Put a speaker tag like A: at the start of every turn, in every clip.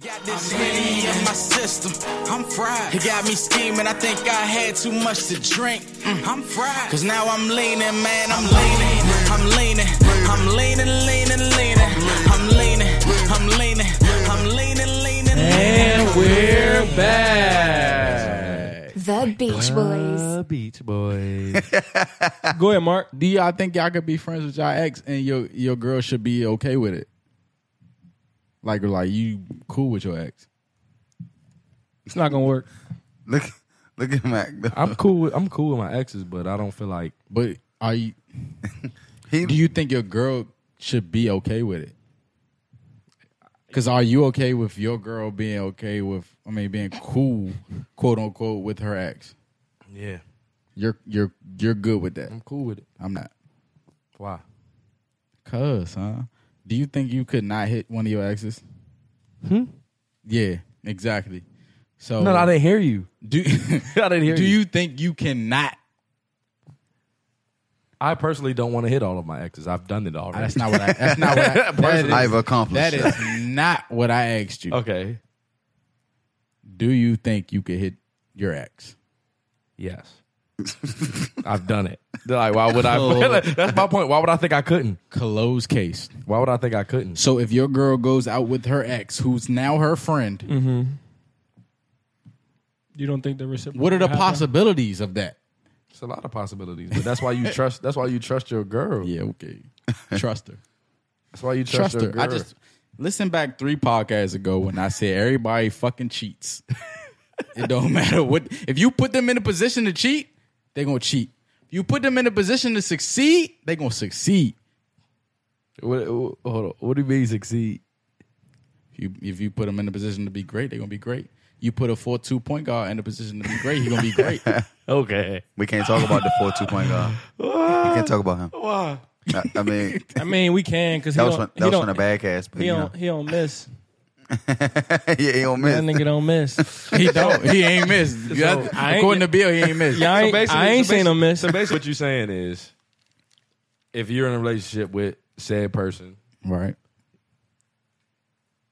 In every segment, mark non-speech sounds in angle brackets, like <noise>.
A: Got this Henny in my system. I'm fried. It got me scheming. I think I had too much to drink. Mm, I'm fried. Cause now I'm leaning, man. I'm leaning. I'm leaning. I'm leaning, leaning, leaning. I'm leaning. I'm leaning. I'm leaning, leaning, leaning.
B: And we're back.
C: The Beach Boys.
B: The Ah, Beach Boys. Go ahead, Mark.
D: Do y'all think y'all could be friends with y'all ex and your your girl should be okay with it? Like like you cool with your ex?
B: It's not gonna work.
E: Look, look at Mac. though.
B: I'm cool. With, I'm cool with my exes, but I don't feel like
D: But are you
E: He-
D: do you think your girl should be okay with it? Cause are you okay with your girl being okay with I mean being cool, quote unquote, with her ex?
B: yeah,
D: You're you're you're good with that.
B: I'm cool with it.
D: I'm not.
B: Why?
D: Cuz, huh? Do you think you could not hit one of your exes?
B: Hmm?
D: Yeah, exactly. So
B: No, I didn't hear you.
D: do
B: I didn't hear
D: do
B: you.
D: you think you cannot?
B: I personally don't want to hit all of my exes. I've done it already.
D: That's not what I. That's not what I. <laughs> that is-
E: I've accomplished
D: that
E: it.
D: is not what I asked you.
B: okay.
D: Do you think you could hit your ex?
B: Yes. <laughs> I've done it. They're Like, why would I? <laughs> That's my point. Why would I think I couldn't?
D: Closed case.
B: Why would I think I couldn't?
D: So if your girl goes out with her ex, who's now her friend,
F: You don't think the reciprocal?
D: what are the
F: will happen?
D: possibilities of that?
B: It's a lot of possibilities, but that's why you trust. That's why you trust your girl.
D: Yeah, okay. Trust her.
B: That's why you trust,
D: Trust
B: your
D: her.
B: girl.
D: I just listen back three podcasts ago when I said everybody fucking cheats. <laughs> it don't matter what if you put them in a position to cheat, they gonna cheat. If you put them in a position to succeed, they gonna succeed.
B: What, what- hold on. What do you mean succeed?
D: If you if you put them in a position to be great, they gonna be great. You put a four two point guard in a position to be great, he gonna
B: <laughs>
D: be great.
B: Okay.
E: We can't talk about the four two point guard. We can't talk about him. Why? I,
D: <laughs>
E: I mean,
F: I mean, we can because he
E: that was
F: don't.
E: from,
F: he
E: that was
F: don't-
E: from the bad cast, but
F: He
E: you know,
F: don't. He don't miss.
E: <laughs> yeah, <laughs> he don't
F: That
E: miss.
F: nigga
E: <laughs>
F: don't miss.
D: he don't. He ain't missed. That's-
F: I ain't-
D: according to Bill, he ain't missed.
F: Yeah, I ain't, I ain't seen him miss.
B: So basically, what you're saying is, if you're in a relationship with said person,
D: Right.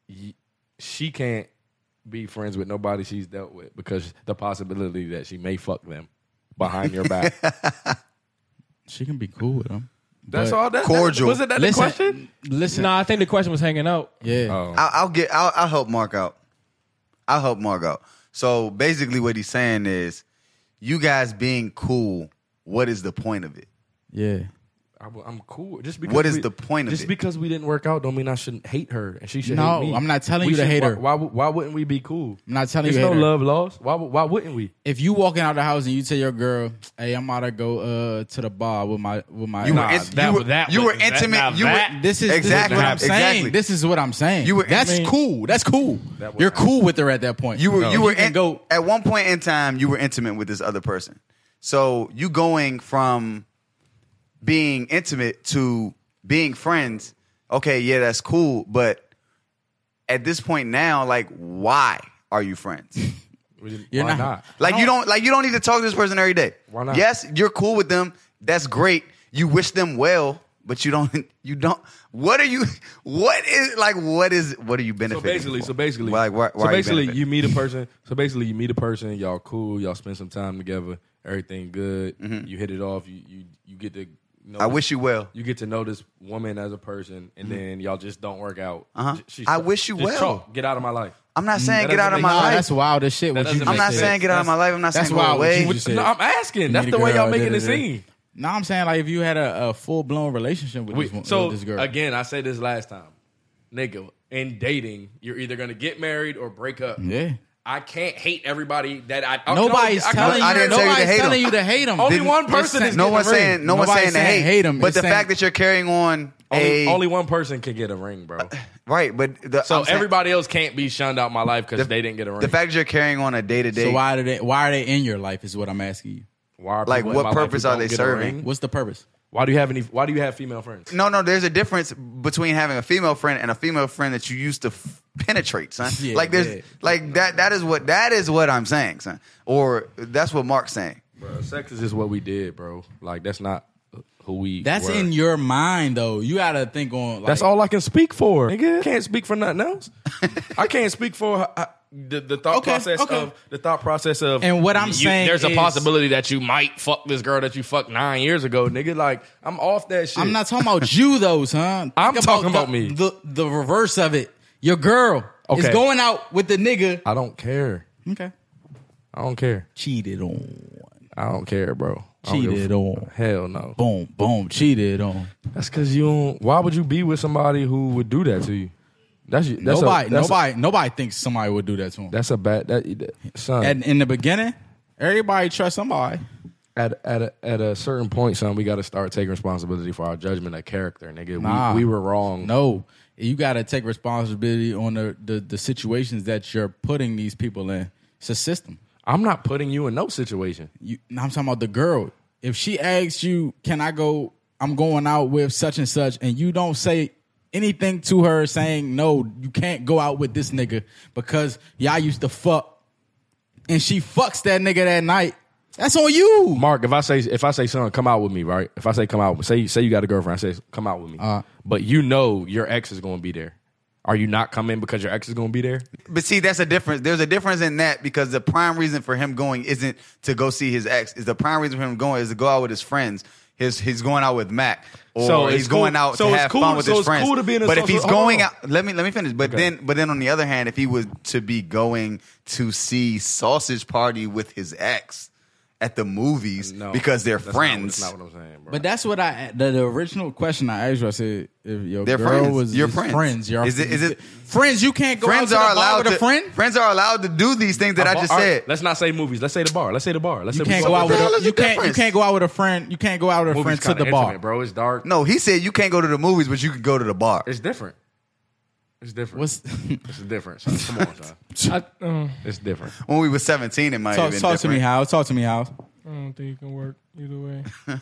B: y- she can't be friends with nobody she's dealt with because the possibility that she may fuck them behind your
D: <laughs>
B: back.
D: She can be cool with him.
B: That's
D: But
B: all. That,
E: cordial.
B: That, wasn't that
D: Listen,
B: the question?
D: Listen.
F: No, I think the question was
E: <laughs>
F: hanging out.
D: Yeah.
B: Oh.
E: I'll, I'll get. I'll, I'll help Mark out. I'll help Mark out. So basically, what he's saying is, you guys being cool. What is the point of it?
D: Yeah.
B: I'm, I'm cool. Just because
E: What is
B: we-
E: the point of
B: just
E: it?
B: because we didn't work out, don't mean I shouldn't hate her and she should.
D: No,
B: hate me.
D: I'm not telling
B: We
D: you to
B: should-
D: hate her.
B: Why, why? wou- Why wouldn't we be cool?
D: I'm not telling
B: There's
D: you.
B: no
D: hate her.
B: love lost. Why? wou- Why wouldn't we?
D: If you walking out the house and you tell your girl, "Hey, I'm about to go uh to the bar with my with my,"
E: You
D: Nah,
E: were, in, you were, you were intimate. you were
D: this is exactly
E: exactly
D: what I'm
E: exactly.
D: saying. This is what I'm saying.
E: You were-
D: that's
E: I mean-
D: cool. That's cool.
B: That would
D: You're
B: happen.
D: cool with her at that point.
E: You were you were
D: can
E: in,
D: go.
E: at one point in time you were intimate with this other person. So you going from being intimate to being friends. Okay, yeah, that's cool, but at this point now like why are you friends?
B: We didn't-
D: You're
B: why
D: not.
E: Like you don't like you don't need to talk to this person every day.
B: Why not?
E: Yes, you're cool with them. That's great. You wish them well, but you don't <laughs> you don't what are you what is like what is what are you
B: So
E: benefiting?
B: basically,
E: for?
B: so basically,
E: like why, why
B: so
E: are
B: basically,
E: benefiting?
B: you, meet a person. So basically, you meet a person. Y'all cool. Y'all spend some time together. Everything good. You hit it off. You you you get to. Know
E: I wish you well.
B: You get to know this woman as a person, and then y'all just don't work out.
E: Uh-huh.
B: J- she's-
E: I wish you
B: just
E: well.
B: chalk. Get out of my life.
E: I'm
D: Mm,
E: not saying
B: That
E: get
B: doesn't
E: out of
B: make
E: my
B: sense.
D: Nah,
E: life.
D: "Ah, that's wild as shit. What
B: That
D: you
B: doesn't
D: just
E: I'm not
B: sense.
D: said.
E: saying get out of my life. I'm not
D: That's
E: saying go
D: wild.
E: away.
D: You
B: What-
D: just
B: no,
D: said-
B: I'm asking. That's
D: meet
B: the
D: a
B: way
D: girl,
B: y'all making it
D: da-da-da.
B: seem.
D: No, I'm saying like if you had a, a full blown relationship with,
B: We-
D: this, one-
B: so
D: with this girl.
B: again, I said this last time, nigga. In dating, you're either gonna get married or break up.
D: yeah.
B: I can't hate everybody that I. I- no,
D: Nobody's
B: I- I-
D: telling
E: I
D: you.
E: didn't tell you to
D: Nobody's
E: hate
D: telling
E: him.
D: you to hate him.
B: Only
D: Didn't-
B: one person
D: it's-
B: is
E: No
B: getting
E: one's
B: a ring.
E: saying no one's
D: Nobody's
E: saying to hate,
D: saying hate 'em.
E: but
D: It's
E: the
D: saying-
E: fact that you're carrying on
B: Only,
E: a
B: only one person can get a ring, bro.
E: right, but the,
B: So
E: I'm saying-
B: everybody else can't be shunned out my life because
E: The-
B: they didn't get a ring.
E: the fact that you're carrying on a day to
D: So
E: day,
D: why are they? Why are they in your life? Is what I'm asking you.
B: why are
E: like,
B: people in
E: what
B: my life who
E: purpose are
B: don't
E: they
B: get a
E: serving?
B: ring?
D: What's the purpose?
B: Why do you have any? Why do you have female friends?
E: no, no, there's a difference between having a female friend and a female friend that you used to f- penetrate, son.
D: <laughs> Yeah,
E: like there's
D: yeah.
E: like that. That is what that is what I'm saying, son. Or that's what Mark's saying.
B: Bro, sex is just what we did, bro. Like that's not who we.
D: That's
B: were.
D: in your mind though. You gotta think on. Like,
B: That's all I can speak for. Nigga. Can't speak for nothing
E: <laughs>
B: else. I can't speak for uh, uh, the, the thought
D: Okay,
B: process
D: okay.
B: of the thought process of.
D: And what I'm
B: you-
D: saying
B: there's a
D: is-
B: possibility that you might fuck this girl that you fucked nine years ago, nigga. Like I'm off that shit.
D: I'm not talking about you
B: <laughs>
D: though, son.
B: I'm
D: Think
B: talking
D: the-
B: about me.
D: The the reverse of it. Your girl is
B: Okay.
D: going out with the nigga.
B: I don't care.
D: Okay.
B: I don't care.
D: Cheated on.
B: I don't care, bro. I don't give a
D: Cheated
B: f-
D: on.
B: Hell no.
D: Boom, boom. Cheated on.
B: That's because you don't. Why would you be with somebody who would do that to you? That's you. That's
D: nobody,
B: a, that's a-
D: nobody, nobody thinks somebody would do that to him.
B: that's a bad. That, that- son.
D: And in the beginning, everybody trusts somebody.
B: at at a, at a certain point, son, we got to start taking responsibility for our judgment of character, nigga.
D: Nah.
B: We, we were wrong.
D: No, you got to take responsibility on the, the the situations that you're putting these people in. It's a system.
B: I'm not putting you in no situation.
D: You, now I'm talking about the girl. If she asks you, "Can I go? I'm going out with such and such," and you don't say anything to her, saying no, you can't go out with this nigga because y'all used to fuck, and she fucks that nigga that night. That's on you.
B: Mark, if I say if I say son, come out with me, right? If I say come out, say say you got a girlfriend, I say come out with me.
D: Uh.
B: but you know your ex is going to be there. Are you not coming because your ex is going to be there?
E: But see, that's a difference. There's a difference in that because the prime reason for him going isn't to go see his ex. Is the prime reason for him going is to go out with his friends. His he's going out with Mac, or
B: So it's
E: he's going
B: cool-
E: out
B: so
E: to
B: it's
E: have
B: cool-
E: fun with
B: so
E: his
B: it's
E: friends.
B: cool to be in a
E: but if
B: social-
E: he's
B: hold
E: going
B: on.
E: out, let me let me finish. But then, but then on the other hand, if he was to be going to see Sausage Party with his ex at the movies because they're
B: That's not what-
E: friends,
B: That's not what I'm saying, bro.
D: But that's what I the, the original question I asked you. I said, if your
E: They're
D: girl
E: friends.
D: was
E: You're
D: is
E: friends.
D: friends, y'all-
E: Is it- is it-
D: friends? You can't go
E: friends
D: out to the
E: are
D: bar
E: allowed
D: with
E: to
D: a friend.
E: friends are allowed to do these things that I
B: Bar-
E: just
B: all right,
E: said.
B: let's not say movies. Let's say the bar. Let's say the bar. Let's
D: You
B: say
D: can't
B: we-
D: go out with
E: the hell
D: a,
E: is
D: you
E: the
D: can't you
E: difference?
D: can't go out with a friend. You can't go out with a
B: movies
D: friend to
B: kinda
D: the bar.
B: intimate, bro. It's dark.
E: no, he said you can't go to the movies, but you could go to the bar.
B: it's different. It's different.
D: What's <laughs>
B: it's different? Son. Come on, son.
F: I, um,
B: It's different.
E: when we were 17, it might have
D: talk,
E: been
D: talk to
E: different.
D: me, How? Talk to me, How?
F: I don't think it can work either way.
E: <laughs>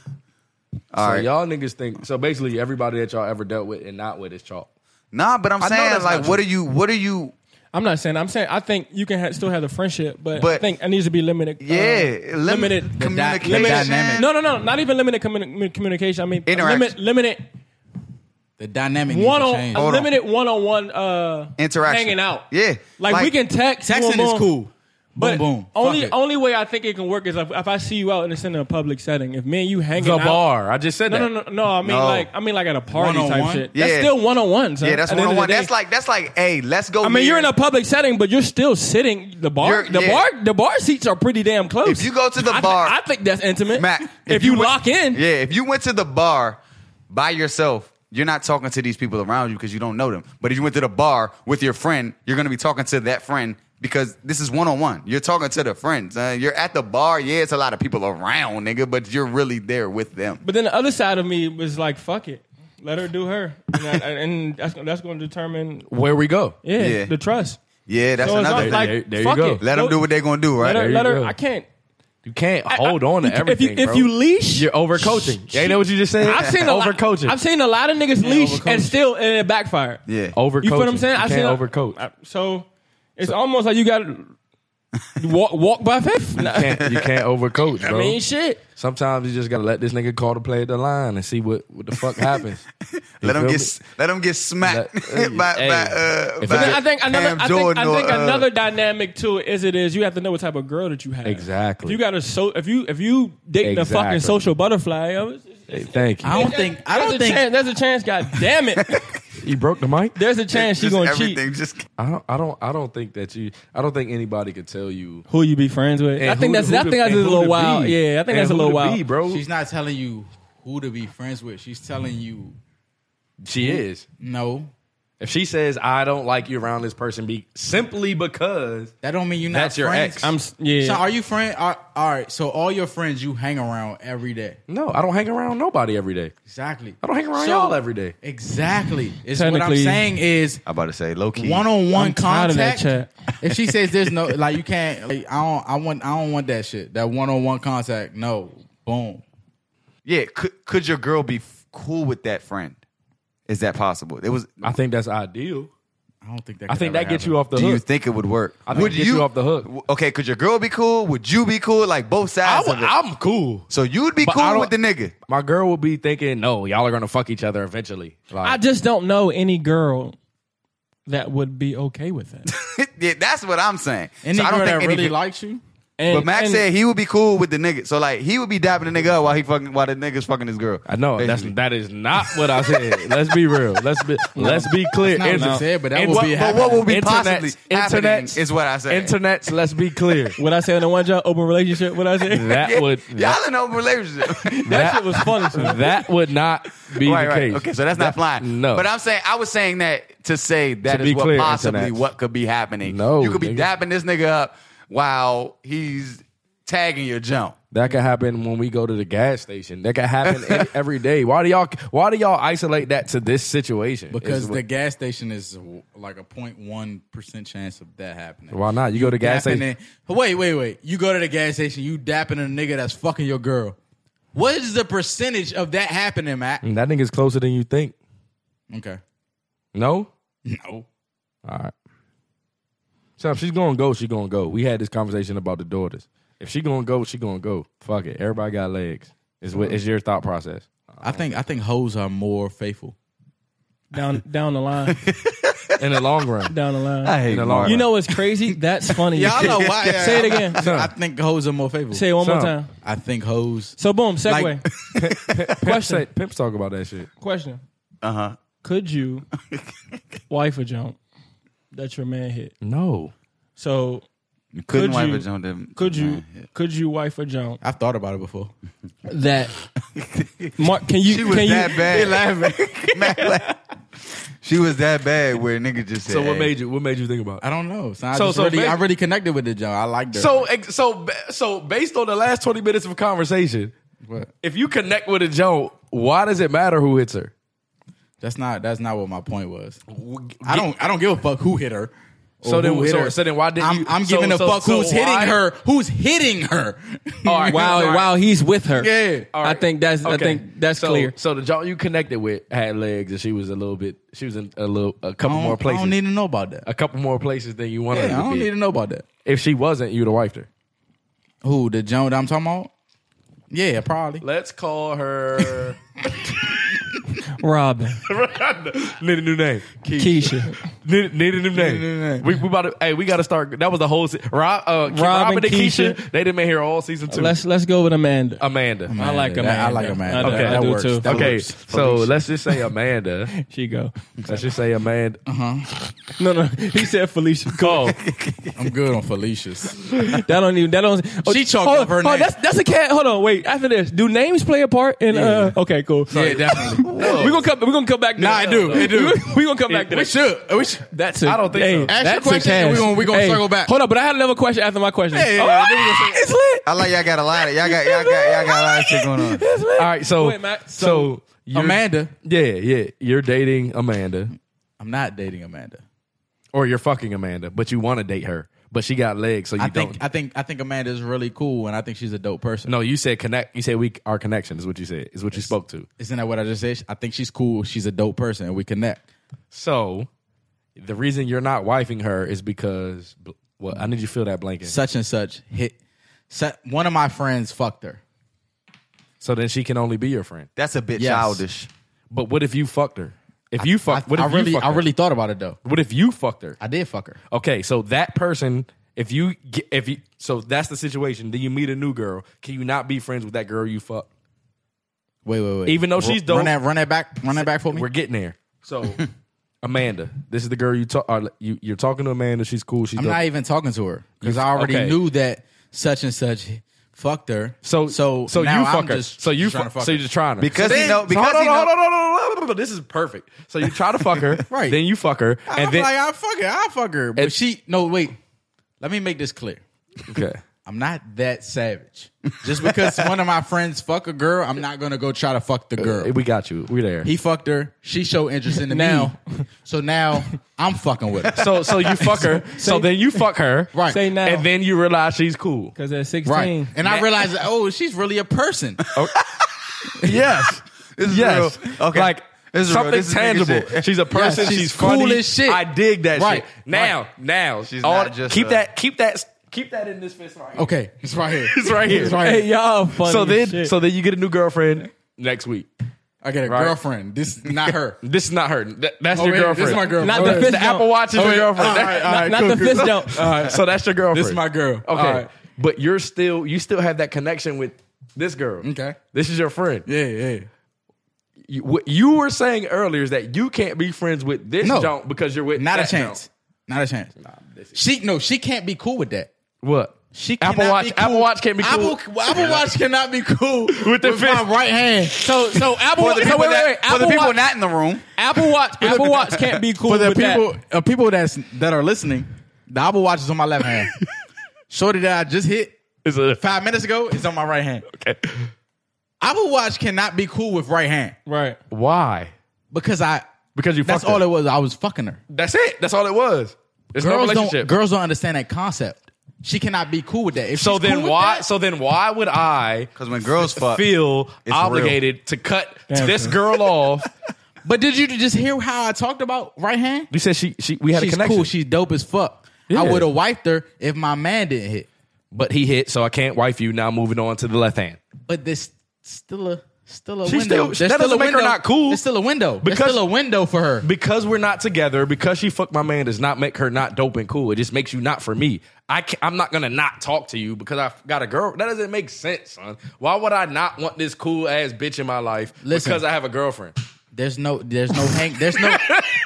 E: All
B: so
E: right.
B: y'all niggas think so. Basically, everybody that y'all ever dealt with and not with is chalk.
E: Nah, but I'm
B: know
E: saying
B: that's not
E: like, what are you? What are you?
F: I'm not saying. I'm saying. I think you can ha- still have the friendship, but, I
E: But-
F: think it needs to be limited. uh,
E: Yeah, limited,
F: limited.
D: di- the
E: communication.
D: dynamic.
F: No, no, no. Not even limited communi- communication. I mean, uh,
E: Interaction.
F: limit, limited
D: The dynamic needs
F: one
D: to
F: on
D: change.
E: Hold on.
F: limited one on one uh
E: Interaction.
F: hanging out.
E: Yeah.
F: like,
E: Like,
F: we can text. boom,
D: Texting is
F: boom.
D: cool.
F: But
D: boom, boom.
F: Only
D: Fuck it.
F: only way I think it can work is if, if I see you out and it's in a public setting. If me and you hanging
B: The
F: out.
B: bar. I just said
F: No,
B: that.
F: no, no, no. I mean,
E: No.
F: like, I mean, like at a party type
D: One-on-one?
F: shit.
E: Yeah.
F: That's still one on one.
E: Yeah, that's one on one. That's like that's like, hey, let's go.
F: I mean, you're in a public setting, but you're still sitting. The bar,
E: You're-
F: the
E: yeah.
F: bar, the bar seats are pretty damn close.
E: If you go to the
F: I thi-
E: bar-
F: I think that's intimate. <laughs>
E: Mac.
F: if, you,
E: went-
F: lock in,
E: yeah. If you went to the bar by yourself, you're not talking to these people around you because you don't know them. But if you went to the bar with your friend, you're gonna be talking to that friend because this is one on one. You're talking to the friends. Uh, you're at the bar. Yeah, it's a lot of people around, nigga, but you're really there with them.
F: But then the other side of me was like, "Fuck it, let her do her," and, I, and that's that's going to determine,
B: Where we go?
F: yeah,
E: Yeah.
F: the trust.
E: Yeah, that's
F: So it's
E: another
F: not
E: thing.
F: like,
B: There- there you
F: fuck
B: go.
F: it.
E: let them do what they're gonna do, right?
F: Let her.
B: you
F: Let her
B: go.
F: I can't.
B: You can't
F: I-
B: hold on to
F: you-
B: everything.
F: If you,
B: bro.
F: if you leash,
B: You're overcoaching. You ain't know what you just said?
F: I've
B: <laughs>
F: seen a lot-
B: overcoaching.
F: I've seen a lot of niggas leash
D: overcoach.
F: and still and it backfire.
E: yeah.
B: overcoaching.
F: You feel what I'm saying?
B: You
F: I've
B: can't
F: seen a-
B: overcoach.
F: I- so it's almost like you got to walk walk by faith.
B: you can't. You can't overcoach,
F: <laughs> I
B: bro.
F: mean, shit.
B: Sometimes you just gotta let this nigga call the play at the line and see what, what the
E: <laughs>
B: fuck happens. You
E: Let him
B: feel
E: get
B: me?
E: s- let him get smacked
B: Let-
E: <laughs> by,
B: hey.
E: by, uh,
B: If
E: by
B: it-
F: I think another.
E: Cam
F: I think,
E: Jordan
F: I think
E: or, uh,
F: another dynamic too is it is you have to know what type of girl that you have.
B: Exactly.
F: If you got a so if you if you dating a
B: Exactly.
F: fucking social butterfly, I was-
B: Hey, thank you.
D: I don't think. I
F: there's
D: don't
F: a
D: think.
F: chance, there's a chance. God damn it,
B: you broke the mic.
F: there's a chance she
E: just
F: gonna cheat.
E: everything just
B: I don't. I don't. I don't think that you. I don't think anybody could tell you.
F: Who you be friends with?
B: and
F: I think
B: who-
F: that's
B: who
F: I
B: to-
F: think that's
B: and
F: a
B: who
F: little
B: to
F: wild.
B: be.
F: Yeah, I think
B: And
F: that's a
B: who
F: little
B: to
F: wild.
B: be, bro.
D: She's not telling you who to be friends with. She's telling you
B: she is.
D: no.
B: If she says I don't like you around this person, be simply because
D: That don't mean you're not
B: That's your
D: friends.
B: ex.
F: I'm s- yeah.
D: So are you friend? Are, all right. So all your friends you hang around every day.
B: no, I don't hang around nobody every day.
D: Exactly.
B: I don't hang around
D: So-
B: y'all every day.
D: Exactly. Is what I'm
F: Technically-
D: saying is
E: I'm about to say low key.
D: one on one
F: I'm tired of that
D: contact. if she says there's
F: <laughs>
D: no like you can't like I don't I want I don't want that shit. That one on one contact. No. Boom.
E: yeah, could could your girl be f- cool with that friend? Is that possible? It was
B: I think that's ideal.
D: I don't think that.
B: I
D: could
B: think
D: ever
B: that gets
D: happen.
B: you off the
E: Do you
B: hook.
E: think it would work?
B: I think it gets you off the hook.
E: w- Okay, could your girl be cool? Would you be cool? Like both
B: I
E: sides
B: w-
E: of it.
B: I'm cool.
E: so you'd be
B: But I
E: cool
B: don't-
E: with the nigga. <laughs>
B: My girl would be thinking, no, y'all are gonna fuck each other eventually. Like,
F: I just don't know any girl that would be okay with that.
B: <laughs>
E: yeah, that's what I'm saying.
D: Any
E: so I don't
D: girl
E: think
D: that
E: any
D: really
E: gr-
D: likes you,
F: And,
E: But Max
F: and-
E: said he would be cool with the nigga. So like he would be dapping the nigga up while he fucking while the nigga's fucking his girl.
B: I know that's
E: Basically.
B: that is not what I said. let's be real. Let's be let's be clear.
D: not what you
B: Inter-
D: said, but that
B: in-
D: would
E: But-
D: be
E: but what would be
B: Internets-
E: possibly happening
B: internets-
E: is what I said.
B: Internets, let's be clear.
F: what I said in the one job, open relationship. What I said.
B: <laughs> That would
E: Y'all in open relationship. <laughs>
F: That shit was funny. to me.
B: that would not be
E: right,
B: the
E: right.
B: case.
E: Okay, so that's not flying.
B: No,
E: But I'm saying I was saying that to say that
B: To
E: is
B: be
E: what
B: clear,
E: possibly
B: internets.
E: what could be happening.
B: No,
E: You could be
B: nigga.
E: dapping this nigga up while he's tagging your jump.
B: that could happen when we go to the gas station. That could happen
E: <laughs>
B: e- every day. Why do y'all Why do y'all isolate that to this situation?
D: because
B: Is
D: the
B: what-
D: gas station is like a 0.1 percent chance of that happening.
B: why not? You go to the gas
D: Dapping
B: station.
D: in- wait, wait, wait. You go to the gas station. You dapping a nigga that's fucking your girl. What is the percentage of that happening, Matt?
B: That nigga's closer than you think.
D: Okay.
B: Mm. No. All
D: No.
B: right. So if she's gonna go, she gonna go. We had this conversation about the daughters. If she gonna go, she gonna go. Fuck it. Everybody got legs. Is what is your thought process?
D: I think I think hoes are more faithful.
F: down down
B: <laughs>
F: the line,
B: In the long run.
F: down the line.
B: In the long
F: You know what's crazy? That's funny.
B: <laughs>
D: Y'all know why.
F: Say it again.
D: I think hoes are more faithful.
F: <laughs> Say it one more
B: Some.
F: time.
D: I think hoes.
F: So boom, segue.
D: Like-
B: Pimps, say, pimps talk about that shit.
F: <laughs> Question:
E: Uh
B: Uh-huh.
E: huh.
B: <laughs>
F: Could you wife a jump that your man hit?
B: No.
F: So
E: You couldn't
F: Could
E: wipe
F: you-
E: a jump. that-
F: could you
E: Nah, yeah.
F: could you wife a jump
D: I've thought about it before. <laughs>
F: that? Mark, can you
E: She was
F: can
E: that
B: <laughs>
F: you?
E: bad. <laughs> Matt laugh. she was that bad where a nigga just said.
B: So what
E: hey.
B: made you what made you think about
D: I don't know. So I,
B: So-
D: just
B: so
D: really, I
B: basi-
D: really connected with the job. I liked her.
B: So ex- so ba- so based on the last 20 minutes of conversation,
D: What?
B: if you connect with a joke, why does it matter who hits her?
D: that's not that's not what my point was. I don't I don't give a fuck who hit her. or
B: So then-
D: who hit
B: so- so then why didn't
D: I'm,
B: you-
D: I'm
B: so-
D: giving a
B: so-
D: fuck
B: so
D: who's hitting
B: why-
D: her? Who's hitting her?
B: <laughs> All right.
F: While
B: All right.
F: while he's with her,
D: Yeah.
B: All right.
F: I think that's I
B: Okay.
F: think that's
B: so,
F: clear.
B: So the joint you connected with had legs, and she was a little bit. She was in a little, a
D: <laughs> I
B: couple
D: don't,
B: more places.
D: I don't need to know about that.
B: a couple more places than you wanted
D: Yeah,
B: her
D: I
B: to
D: don't
B: be.
D: need to know about that.
B: if she wasn't, you'd have wiped her.
D: Who the Joan that I'm talking about? Yeah, probably.
B: Let's call her.
F: Robin,
B: <laughs> need a new name.
F: Keisha,
B: Need, need a new name.
D: name.
B: We, we about to. Hey, we got to start. That was the whole. Se- Rob, uh, Robin,
F: Robin,
B: and Keisha.
F: Keisha.
B: They didn't make here all season 2
F: let's let's go with Amanda.
B: Amanda.
F: I like
D: Amanda.
F: Amanda.
D: Oh, I like Amanda.
F: I do,
B: Okay,
F: I
B: that
F: do
D: works.
F: too.
D: That-
B: Okay,
D: Oops.
B: so let's just say Amanda. <laughs>
F: She go.
B: let's just say Amanda.
F: No, no. He
D: <laughs>
F: said Felicia. Go.
D: I'm good on Felicia's.
F: that don't even. That don't. Oh,
D: She chalked
F: hold,
D: up her
F: hold,
D: name.
F: That's that's a cat. Hold on. Wait. After this, do names play a part? And uh, okay, cool.
D: <laughs> yeah, definitely.
F: We're gonna come. We're gonna come back. To
D: Nah,
F: that.
D: I do. I do.
F: We're gonna come back to
D: We
F: that.
D: should. We should.
F: That's it. I
B: don't think so.
D: Ask your question, and we gonna- we gonna circle back.
F: Hold on, but I had another question after my question.
D: Yeah, yeah,
F: Oh,
D: yeah, then we gonna
F: it's lit.
E: I like y'all got a lot of y'all got y'all got y'all got a
B: <laughs>
E: lot of shit going on.
F: It's lit.
B: All right, so
F: Wait, Matt,
B: so, you're-
D: Amanda.
B: Yeah, yeah. You're dating Amanda,
D: I'm not dating Amanda.
B: or you're fucking Amanda, but you want to date her, but she got legs, so you
D: I
B: don't.
D: think I think I think Amanda is really cool, and I think she's a dope person.
B: no, you said connect. You said we our connection is what you said is what you spoke to.
D: Isn't that what I just said? I think she's cool. She's a dope person, and we connect.
B: So the reason you're not wifing her is because bl- well, I need you to fill that blanket. So,
D: Such and such hit. Su- one of my friends fucked her.
B: then she can only be your friend.
E: That's a bit
D: Yes.
E: childish.
B: But what if you fucked her? If you
D: I,
B: fucked, what if
D: I
B: you
D: really,
B: fucked
D: I
B: her?
D: really thought about it though.
B: What if you fucked her?
D: I did fuck her.
B: Okay, so that person, if you get, if you, so that's the situation. Then you meet a new girl. Can you not be friends with that girl you fucked?
D: Wait, wait, wait.
B: Even though
D: Ru-
B: she's dope-
D: run that, run that back, run that back for me.
B: We're getting there.
D: <laughs>
B: So, Amanda, this is the girl you talk. uh, You, you're talking to Amanda. She's cool. She's
D: I'm
B: dope.
D: not even talking to her because I already
B: okay.
D: knew that such and such fucked her.
B: so
D: so
B: so
D: now
B: you
D: I'm
B: fuck her.
D: just
B: so you
D: trying to
B: fuck,
D: fuck
B: so
D: her.
B: you're just trying her.
E: Because
B: so
E: he
B: then-
E: know- because
B: hold on,
E: he know-
B: hold on, hold on, hold on, hold on, hold on. This is perfect. So you try to fuck her,
D: Right.
B: Then you fuck her,
D: I'm
B: and then
D: like, I fuck her. I fuck her. But
B: And-
D: she no wait. Let me make this clear.
B: <laughs> okay.
D: I'm not that savage. Just because one of my friends fuck a girl, I'm not gonna go try to fuck the girl.
B: Hey, we got you. We're there.
D: He fucked her. She showed
B: <laughs>
D: interest in the
F: Now.
D: now. So now I'm fucking with her.
B: so so you fuck her. so then you fuck her,
D: Right.
F: Say now.
B: And then you realize she's
F: <laughs>
B: cool.
F: Because at
D: Right.
F: sixteen,
D: And I realized, oh, she's really a person.
B: Yes.
E: This is
B: Yes.
E: real. Okay.
B: Like
E: This is real.
B: Something
E: This is nigga
B: tangible.
E: shit.
B: She's a person.
D: Yeah,
B: she's
D: she's cool
B: funny.
D: as shit.
B: I dig that
D: Right,
B: shit. Now, now,
E: She's
B: all-
E: not just
B: keep
E: a-
B: that. Keep that. Keep that in this fist right. here.
D: Okay, it's right here.
B: It's right here.
D: It's right
F: Hey,
D: here.
F: y'all funny.
B: So then,
F: as shit.
B: so then you get a new girlfriend next week.
D: I got a
B: Right.
D: girlfriend. This is not her.
B: <laughs> This is not her. That- that's
D: Oh,
B: your
D: wait,
B: girlfriend.
D: This is my girlfriend.
F: Not
D: Oh,
F: the
D: wait.
F: fist
B: The Apple Watch is
D: Oh,
B: your
D: wait.
B: girlfriend.
D: All right, all right,
F: not
D: cool,
F: the
D: cool.
F: fist jump.
D: All right.
B: So that's your girlfriend.
D: This is my girl.
B: Okay,
D: All right.
B: but you're still you still have that connection with this girl.
D: Okay.
B: this is your friend.
D: Yeah, yeah.
B: You, what you were saying earlier is that you can't be friends with this
D: No.
B: junk because you're with
D: Not a
B: that junk.
D: chance. Not a chance. She no, she can't be cool with that.
B: What?
D: She
B: Apple
D: cannot
B: Watch.
D: be cool.
B: Apple Watch can't be cool.
D: Apple, Apple Watch cannot
B: <laughs>
D: be cool with,
B: the
D: my
B: fist.
D: right hand. So so Apple
E: For
D: Watch.
E: the
D: So
E: people
D: wait, wait,
E: that-
D: wait.
E: for the
D: Apple
E: people
D: Watch,
E: not in the room,
D: Apple Watch.
F: Apple Watch can't be cool
D: for the
F: with that.
D: people uh, people that's that are listening. The Apple Watch is on my
B: <laughs>
D: left hand. Shorty that I just hit
B: It's a
D: five minutes ago is on my right hand.
B: Okay.
D: Apple Watch cannot be cool with right hand
F: Right.
B: Why?
D: because I.
B: Because you.
D: That's
B: fucked
D: all
B: her.
D: it was. I was fucking her.
B: That's it. That's all it was. There's no
D: Girls
B: relationship.
D: don't. Girls don't understand that concept. She cannot be cool with that. If
B: so
D: she's
B: then
D: cool with
B: why?
D: that-
B: So then why would I?
E: because when girls fuck,
B: feel
E: real.
B: obligated to cut
F: Damn,
B: this
F: son.
B: girl off.
D: <laughs> but did you just hear how I talked about right hand?
B: You said she she we had
D: She's
B: a connection.
D: cool. She's dope as fuck.
B: Yeah.
D: I would have wiped her if my man didn't hit.
B: but he hit, so I can't wife you. Now moving on to the left hand
D: But there's still a still a
B: She
D: window.
B: still-
D: There's
B: that
D: still
B: doesn't
D: a
B: make her
D: window.
B: not cool.
D: There's still a window. Because,
B: Because-
D: there's still a window for her.
B: because we're not together. Because she fucked my man does not make her not dope and cool. It just makes you not for me. I can, I'm not gonna not talk to you because I got a girl. That doesn't make sense, son. Why would I not want this cool ass bitch in my life
D: Listen.
B: because I have a girlfriend?
D: There's no there's no hang there's
B: <laughs>
D: no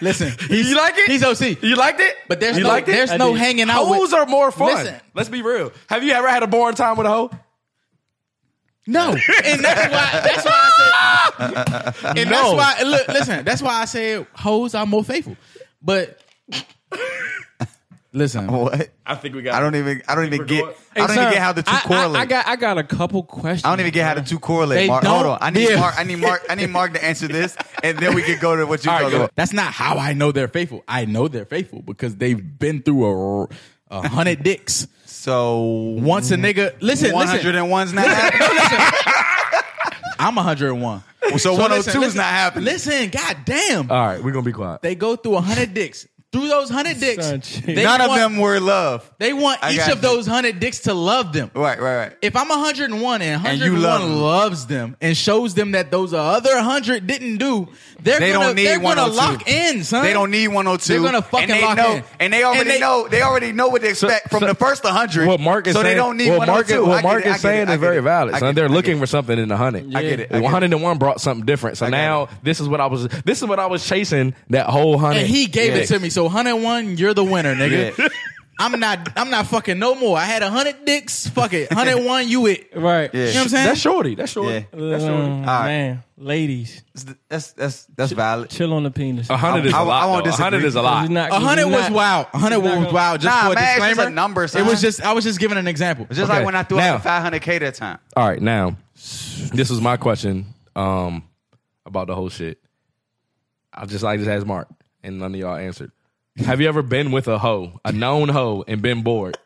D: listen. he's-
B: you like it?
D: He's OC.
B: You liked it?
D: But there's
B: you
D: no
B: liked it?
D: there's
F: I
D: no
F: did.
D: hanging out
B: Hoes
D: with
B: are more fun.
D: Listen.
B: Let's be real. Have you ever had a boring time with a hoe?
D: No. <laughs> And that's why that's why I
E: <laughs>
D: said And
B: No.
D: that's why look, listen, that's why I said hoes are more faithful. But listen.
E: <laughs> What?
B: I think we got.
E: I don't even. I don't even
B: we're
E: get.
B: going-
E: I don't even
F: Sir,
E: get how the two
F: I- I-
E: correlate.
F: I,
E: I,
F: got I got a couple questions.
E: don't even get how the two correlate.
D: They
E: Mark,
D: don't
E: hold on. I need
D: deal.
E: Mark. I need Mark. I need Mark to answer this,
D: <laughs>
E: and then we can go to what you
B: right,
E: talking
B: go.
E: about.
D: That's not how I know they're faithful. I know they're faithful because they've been through a, a hundred dicks.
E: So
D: Once a nigga, listen,
E: Mm-hmm. one
D: listen.
E: hundred and one's not happening.
D: I'm 101.
E: So
D: listen,
E: one hundred two's
D: listen,
E: not Uh, happening.
D: Listen, goddamn.
B: All right, we're gonna be quiet.
D: they go through 100 dicks. Through those 100 dicks,
F: Son, geez.
D: they
E: None
D: want,
E: of them were love.
D: They want
E: I
D: each
E: got
D: of
E: you.
D: those 100 dicks to love them.
E: Right, right, right.
D: If I'm 101 and 101
E: And you love them.
D: loves them and shows them that those other 100 didn't do, they're
E: They
D: gonna,
E: don't need
D: they're gonna
E: 102.
D: lock in, son.
E: They don't need 102.
D: They're gonna fucking
E: and they
D: lock
E: know,
D: in.
E: And they already
D: And they-
E: know. They already know what to expect from
B: so-
E: the first 100.
B: What Mark is
E: so
B: saying,
E: they don't need
B: what Mark,
E: 102.
B: what
E: I get
B: Mark
E: it, I
B: is
E: get
B: saying
E: it, I
B: is
E: get
B: very
E: it.
B: valid.
E: I
B: Son,
E: get
B: they're
E: it, I get
B: looking
E: it.
B: for something in the hundred.
E: I get it, I get it.
B: 101 brought something different. So
E: I got
B: now
E: it.
B: this is what I was. This is what I was chasing that whole hundred.
D: And he gave it to me. So 101, you're the winner, nigga.
E: Yeah.
D: <laughs> I'm not. I'm not fucking no more. I had hundred dicks. Fuck it. Hundred one. You
F: <laughs>
D: it. You know
F: right.
E: Yeah.
D: what I'm saying?
B: That's shorty. That's shorty.
E: Yeah.
B: That's shorty.
F: Um,
E: right.
F: Man, ladies,
E: That's that's that's valid.
F: chill on the penis.
B: A hundred is
E: I-
B: a
E: I
B: lot.
E: won't
B: though. A hundred
E: disagree.
B: is a lot.
F: It's not-
D: A hundred
F: it's
D: was
F: not-
D: wild. A hundred
F: it's not
D: was
F: gonna-
D: wild. Just
E: Nah,
D: for a
E: man, it's just
D: disclaimer,
E: a number,
D: It
E: son.
D: was just. I was just giving an example.
E: Just
B: Okay.
E: like when I threw
B: Now-
E: out the 500k that time.
B: All right, now this was my question um, about the whole shit. I just like just asked Mark, and none of y'all answered. Have you ever been with a hoe, a known hoe, and been bored?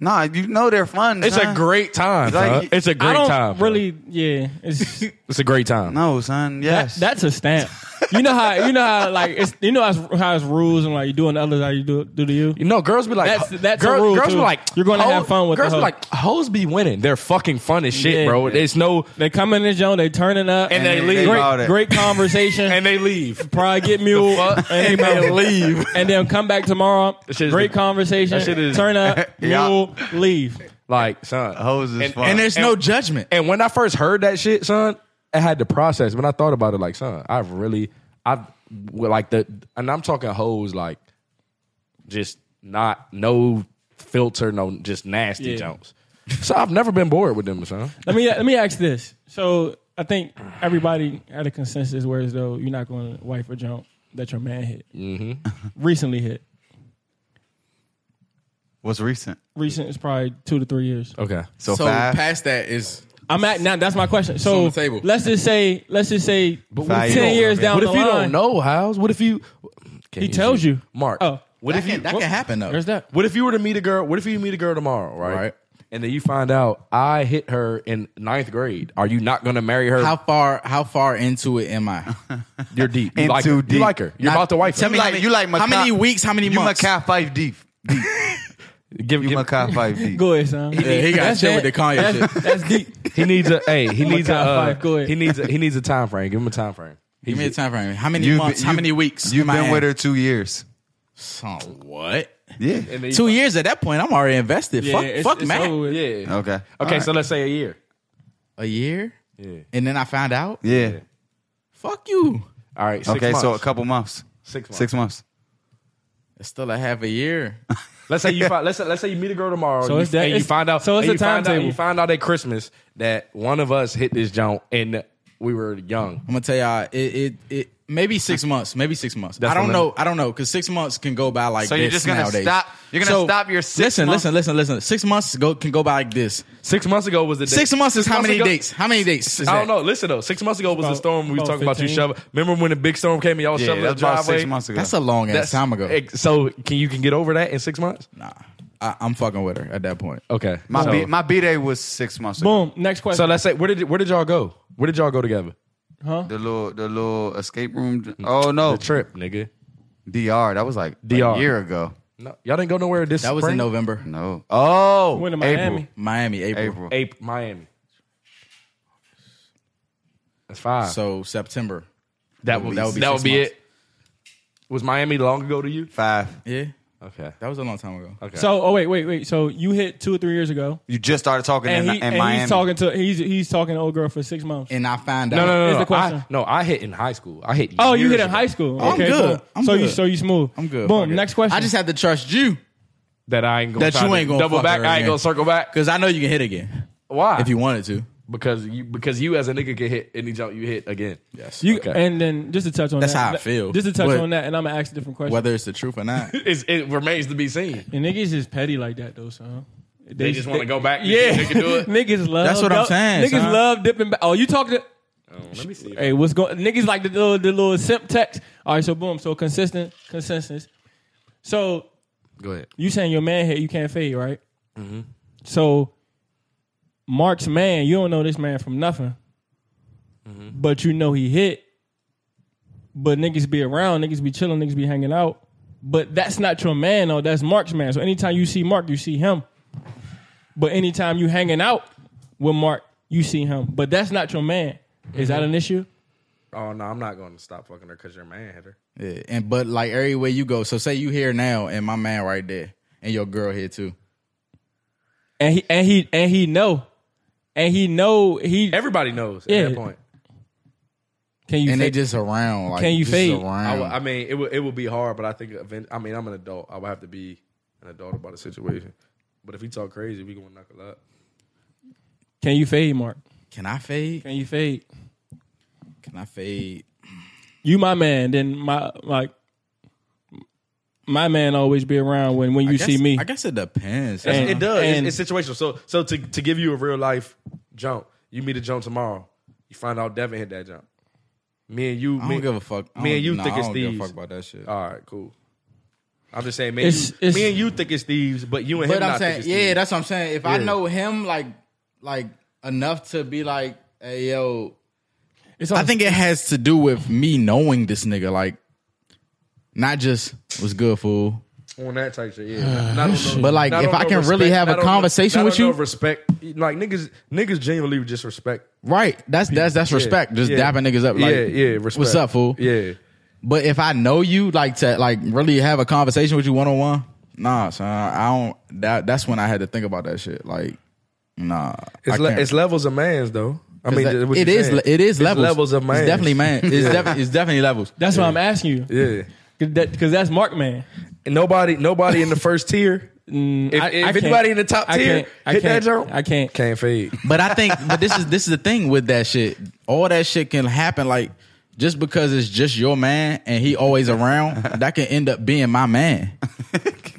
E: Nah, you know they're fun.
B: It's a
E: son.
B: great time. bruh.
E: Like-
B: It's a
F: I
B: great
F: don't
B: time. bruh.
F: really. Yeah,
D: <laughs>
F: it's
B: it's a great time.
E: No, son.
F: that,
E: Yes.
F: that's a stamp. You know how you know how like it's you know how it's, how it's rules and like you doing to others how you do do to you.
B: You know, girls be like,
F: That's- that's a
B: girl-
F: rule,
B: girls
F: too.
B: be like,
F: You're gonna
B: hoe-
F: have fun with the
B: girls. be
F: hoe.
B: like, hoes be winning. They're fucking fun as shit,
F: Yeah.
B: bro. There's no,
F: They come in the zone, they turning up,
B: And they leave.
E: about it.
F: Great, great conversation,
B: <laughs> and they leave.
F: probably get mule,
B: fuck?
F: and,
B: And they
F: they leave, <laughs> and then come back tomorrow.
B: That shit is
F: Great
B: the-
F: conversation,
B: that shit is- <laughs>
F: turn up,
E: Yeah.
F: mule, leave.
B: Like, son,
E: Hoes is
B: and,
E: fun.
D: and there's no judgment.
B: And when I first heard that shit, son, I had to process. When I thought about it, like, son, I really, I well, like the, and I'm talking hoes, like, just not no filter, no just nasty
F: Yeah.
B: jokes. So I've never been bored with them, son.
F: Let me let me ask this. So I think everybody had a consensus, whereas though you're not going to wife a jump that your man hit
B: Mm-hmm.
F: <laughs> recently hit.
E: What's recent?
F: Recent is probably two to three years.
B: Okay,
E: So,
D: so
E: five.
D: past that is
F: I'm at now. That's my question.
D: on
F: So
D: the table.
F: let's just say let's just say
E: Five
F: ten
E: years.
F: years down
B: what
F: the
B: if you
F: line.
B: don't know, House? What if you? Can
F: He tells
B: see-
F: you.
B: Mark.
F: Oh,
B: what
D: that
B: if you?
D: can, that
B: what-
D: can happen though.
F: there's that.
B: What if you were to meet a girl? What if you meet a girl tomorrow, right?
D: Right.
B: and then you find out I hit her in ninth grade. Are you not going to marry her?
D: How far? How far into it am I?
B: You're deep. You
E: Into
B: like her. You
E: deep.
B: like her. You're
D: Not-
B: about to wife her.
D: Tell me
E: like-
D: how many,
E: you like
D: how many
E: Macau-
D: weeks? How many
E: You
D: months?
E: Macau five deep. deep.
B: Give-
E: You
B: give-
E: Macau
D: <laughs>
E: five deep.
F: Go ahead, son.
D: Yeah, he got
F: That's
D: chill with the
F: that.
D: Kanye shit.
F: That's deep.
B: he needs a hey. He
F: I'm a
B: needs a
F: top
B: uh,
F: five. Go ahead.
B: he needs a he needs a time frame. Give him a time frame. He
D: Give me a time frame. How many
E: You've been-
D: months? how
E: you-
D: many weeks?
E: You've
D: am I
E: been
D: in?
E: with her two years.
D: So, what? <laughs>
E: Yeah.
B: and then you-
D: Two years at that point, I'm already invested.
F: Yeah,
D: fuck,
F: it's-
D: fuck,
F: it's
D: Matt.
F: over with.
B: Yeah.
E: Okay. Okay.
B: Okay. So let's say a year.
D: A year,
B: Yeah.
D: and then I found out.
E: yeah.
D: Fuck you.
B: All right. Six
E: Okay.
B: Months.
E: So a couple months.
B: Six months.
E: Six months.
D: It's still a half a year.
B: Let's say you find, let's say, let's say you meet a girl tomorrow.
F: So
B: and
F: it's
B: you,
F: that-
B: and you
F: it's-
B: find out.
F: so it's
B: and
F: a
B: you find out-
F: timetable.
B: You find out at Christmas that one of us hit this joint and we were young.
D: I'm gonna tell y'all, it it, it maybe six months, maybe six months.
B: That's
D: I don't
B: what
D: know, I don't know, because six months can go by like
E: So
D: this
E: you're just gonna
D: nowadays.
E: stop- you're gonna stop your six
D: Listen,
E: months-
D: listen, listen, listen. Six months go can go by like this.
B: Six months ago was the day.
D: Six months is how many
B: ago-
D: dates? How many dates? Is
B: I don't
D: that?
B: know. Listen though, six months ago was the
F: About-
B: storm we were
F: about
B: talking about. You
F: 15.
B: shoving. Remember when the big storm came and y'all
E: Yeah.
B: shoved the
E: That's about
B: driveway?
E: six months ago.
D: That's a long ass
B: That's-
D: time ago.
B: ex- So can you can get over that in six months?
D: nah, I, I'm fucking with her at that point.
B: Okay.
E: my
B: so,
E: B, my B day was six months ago.
F: Boom. Next question.
B: so let's say where did where did y'all go? Where did y'all go together?
E: The little the little escape room. Oh no.
B: The trip, nigga.
E: DR. That was like
B: DR.
E: a year ago.
B: No, y'all didn't go nowhere this.
D: That was
B: spring?
D: in November,
E: No. Oh.
F: Went to
E: April.
F: Miami.
D: Miami, April.
E: April.
B: April, Miami. That's five.
D: So September.
B: That would
D: That would be
B: that
D: six
B: would be
D: months.
B: it. Was Miami long ago to you?
E: Five.
D: Yeah,
B: Okay.
D: that was a long time ago.
B: Okay.
F: So, oh wait, wait, wait. So you hit two or three years ago,
E: You just started talking
F: and,
E: in,
F: he,
E: in
F: and
E: Miami.
F: he's talking to he's he's talking to old girl for six months.
D: And I found
B: no,
D: out.
B: no, no,
F: is the
B: no. I,
F: question.
B: no, I hit in high school. I hit.
F: Oh, you
B: years
F: hit in
B: ago
F: high school.
D: I'm
F: okay,
D: good.
F: boom.
D: I'm
F: so you
D: good.
F: so you smooth.
D: I'm good.
F: Boom.
D: Fuck it.
F: Next question.
D: I just had to trust you
B: that I ain't gonna
D: That
B: try
D: you
B: to
D: ain't gonna
B: double
D: fuck
B: back.
D: her
B: I ain't
D: again.
B: gonna circle back.
D: because I know you can hit again
B: Why?
D: if you wanted to.
B: because you because you as a nigga can hit any jump you hit again. Yes.
F: you
B: okay.
F: and then just to touch on
D: That's
F: that,
D: how I feel.
F: Just to touch
D: But-
F: on that, and I'm gonna ask a different question.
D: Whether it's the truth
B: <laughs>
D: or not,
B: It's, it remains to be seen.
F: and niggas is petty like that though, son.
B: They just want to go back.
F: Yeah,
B: They can do
F: <laughs>
B: it.
F: niggas love.
D: That's what I'm
F: dou-
D: saying,
F: Niggas
D: son.
F: love dipping back. Oh, you talking to?
B: Let me see.
F: Hey, what's going? Niggas like the little the little simp text. All right, so boom. So consistent consensus. So
B: Go ahead.
F: you saying your man hit, you can't fade, right?
D: Mm-hmm.
F: So Mark's man, you don't know this man from nothing,
D: Mm-hmm.
F: but you know he hit. But niggas be around, niggas be chilling, niggas be hanging out. But that's not your man, though. That's Mark's man. So anytime you see Mark, you see him. But anytime you hanging out with Mark, you see him. But that's not your man. Is
D: Mm-hmm.
F: that an issue?
B: Oh no, I'm not going to stop fucking her because your man hit her.
D: Yeah, and but like everywhere you go, so say you here now, and my man right there, and your girl here too.
F: And he and he and he know, and he know he.
B: Everybody knows at
F: Yeah.
B: that point.
F: Can you?
D: and they
F: fade?
D: just around. Like,
F: Can you
D: just
F: fade?
D: Around.
B: I, would- I mean, it would it would be hard, but I think event, I mean, I'm an adult. I would have to be an adult about the situation. But if he talk crazy, we gonna knuckle up.
F: can you fade, Mark?
D: Can I fade?
F: Can you fade?
D: Can I fade?
F: you my man, then my like my man always be around when when you
D: I guess-
F: see me.
D: I guess it depends.
F: And-
B: It does. It's-
F: and-
B: it's, situational. So so to to give you a real life jump, you meet a jump tomorrow. You find out Devin hit that jump. Me and you,
D: I
B: me,
D: don't give a fuck. I
B: me
D: don't-
B: and you
D: nah,
B: think
D: I
B: it's
D: don't give a
B: thieves.
D: fuck about that shit.
B: All right, cool. I'm just saying, man.
F: It's-
B: you,
F: it's-
B: me and you think it's thieves, but you and
D: but
B: him
D: I'm
B: not
D: saying,
B: think it's
D: yeah,
B: thieves.
D: that's what I'm saying. If I know him, like, like enough to be like, hey, yo.
F: It's
D: I
F: all-
D: think it has to do with me knowing this nigga, like, not just was good, fool.
B: on that type shit.
D: <sighs>
B: Yeah, Not on no-
D: But, like,
B: not
D: if
B: on
D: I
B: no
D: can really
B: respect-
D: have a
B: not on no-
D: conversation
B: not
D: with
B: on no
D: you-
B: respect like niggas, niggas genuinely just respect.
D: Right. That's that's that's respect. Just
B: yeah.
D: dapping niggas up. Like,
B: yeah, yeah, respect.
D: What's up, fool?
B: Yeah,
D: But if I know you, like to like really have a conversation with you one on one, nah, son. I don't. That that's when I had to think about that shit. Like, nah. I
B: it's, le-
D: can't-
B: it's levels of man's though. I mean,
D: that-
B: th- what
D: it
B: you
D: is.
B: saying.
D: le- It is
B: It's
D: levels.
B: levels of man's.
D: It's definitely man. <laughs> It's, defi- it's definitely levels.
F: that's why I'm asking you
B: Yeah,
F: because that's Mark man.
B: and nobody, nobody in the first tier. if
F: Mm, I-
B: if
F: I can't-
B: anybody in the top
F: I
B: tier
F: can't- I
B: hit that
F: can't-
B: jump,
F: I can't.
B: can't fade.
D: But I think. but this is this is the thing with that shit. All that shit can happen. Like just because it's just your man and he always around, that can end up being my
F: <laughs>
D: man.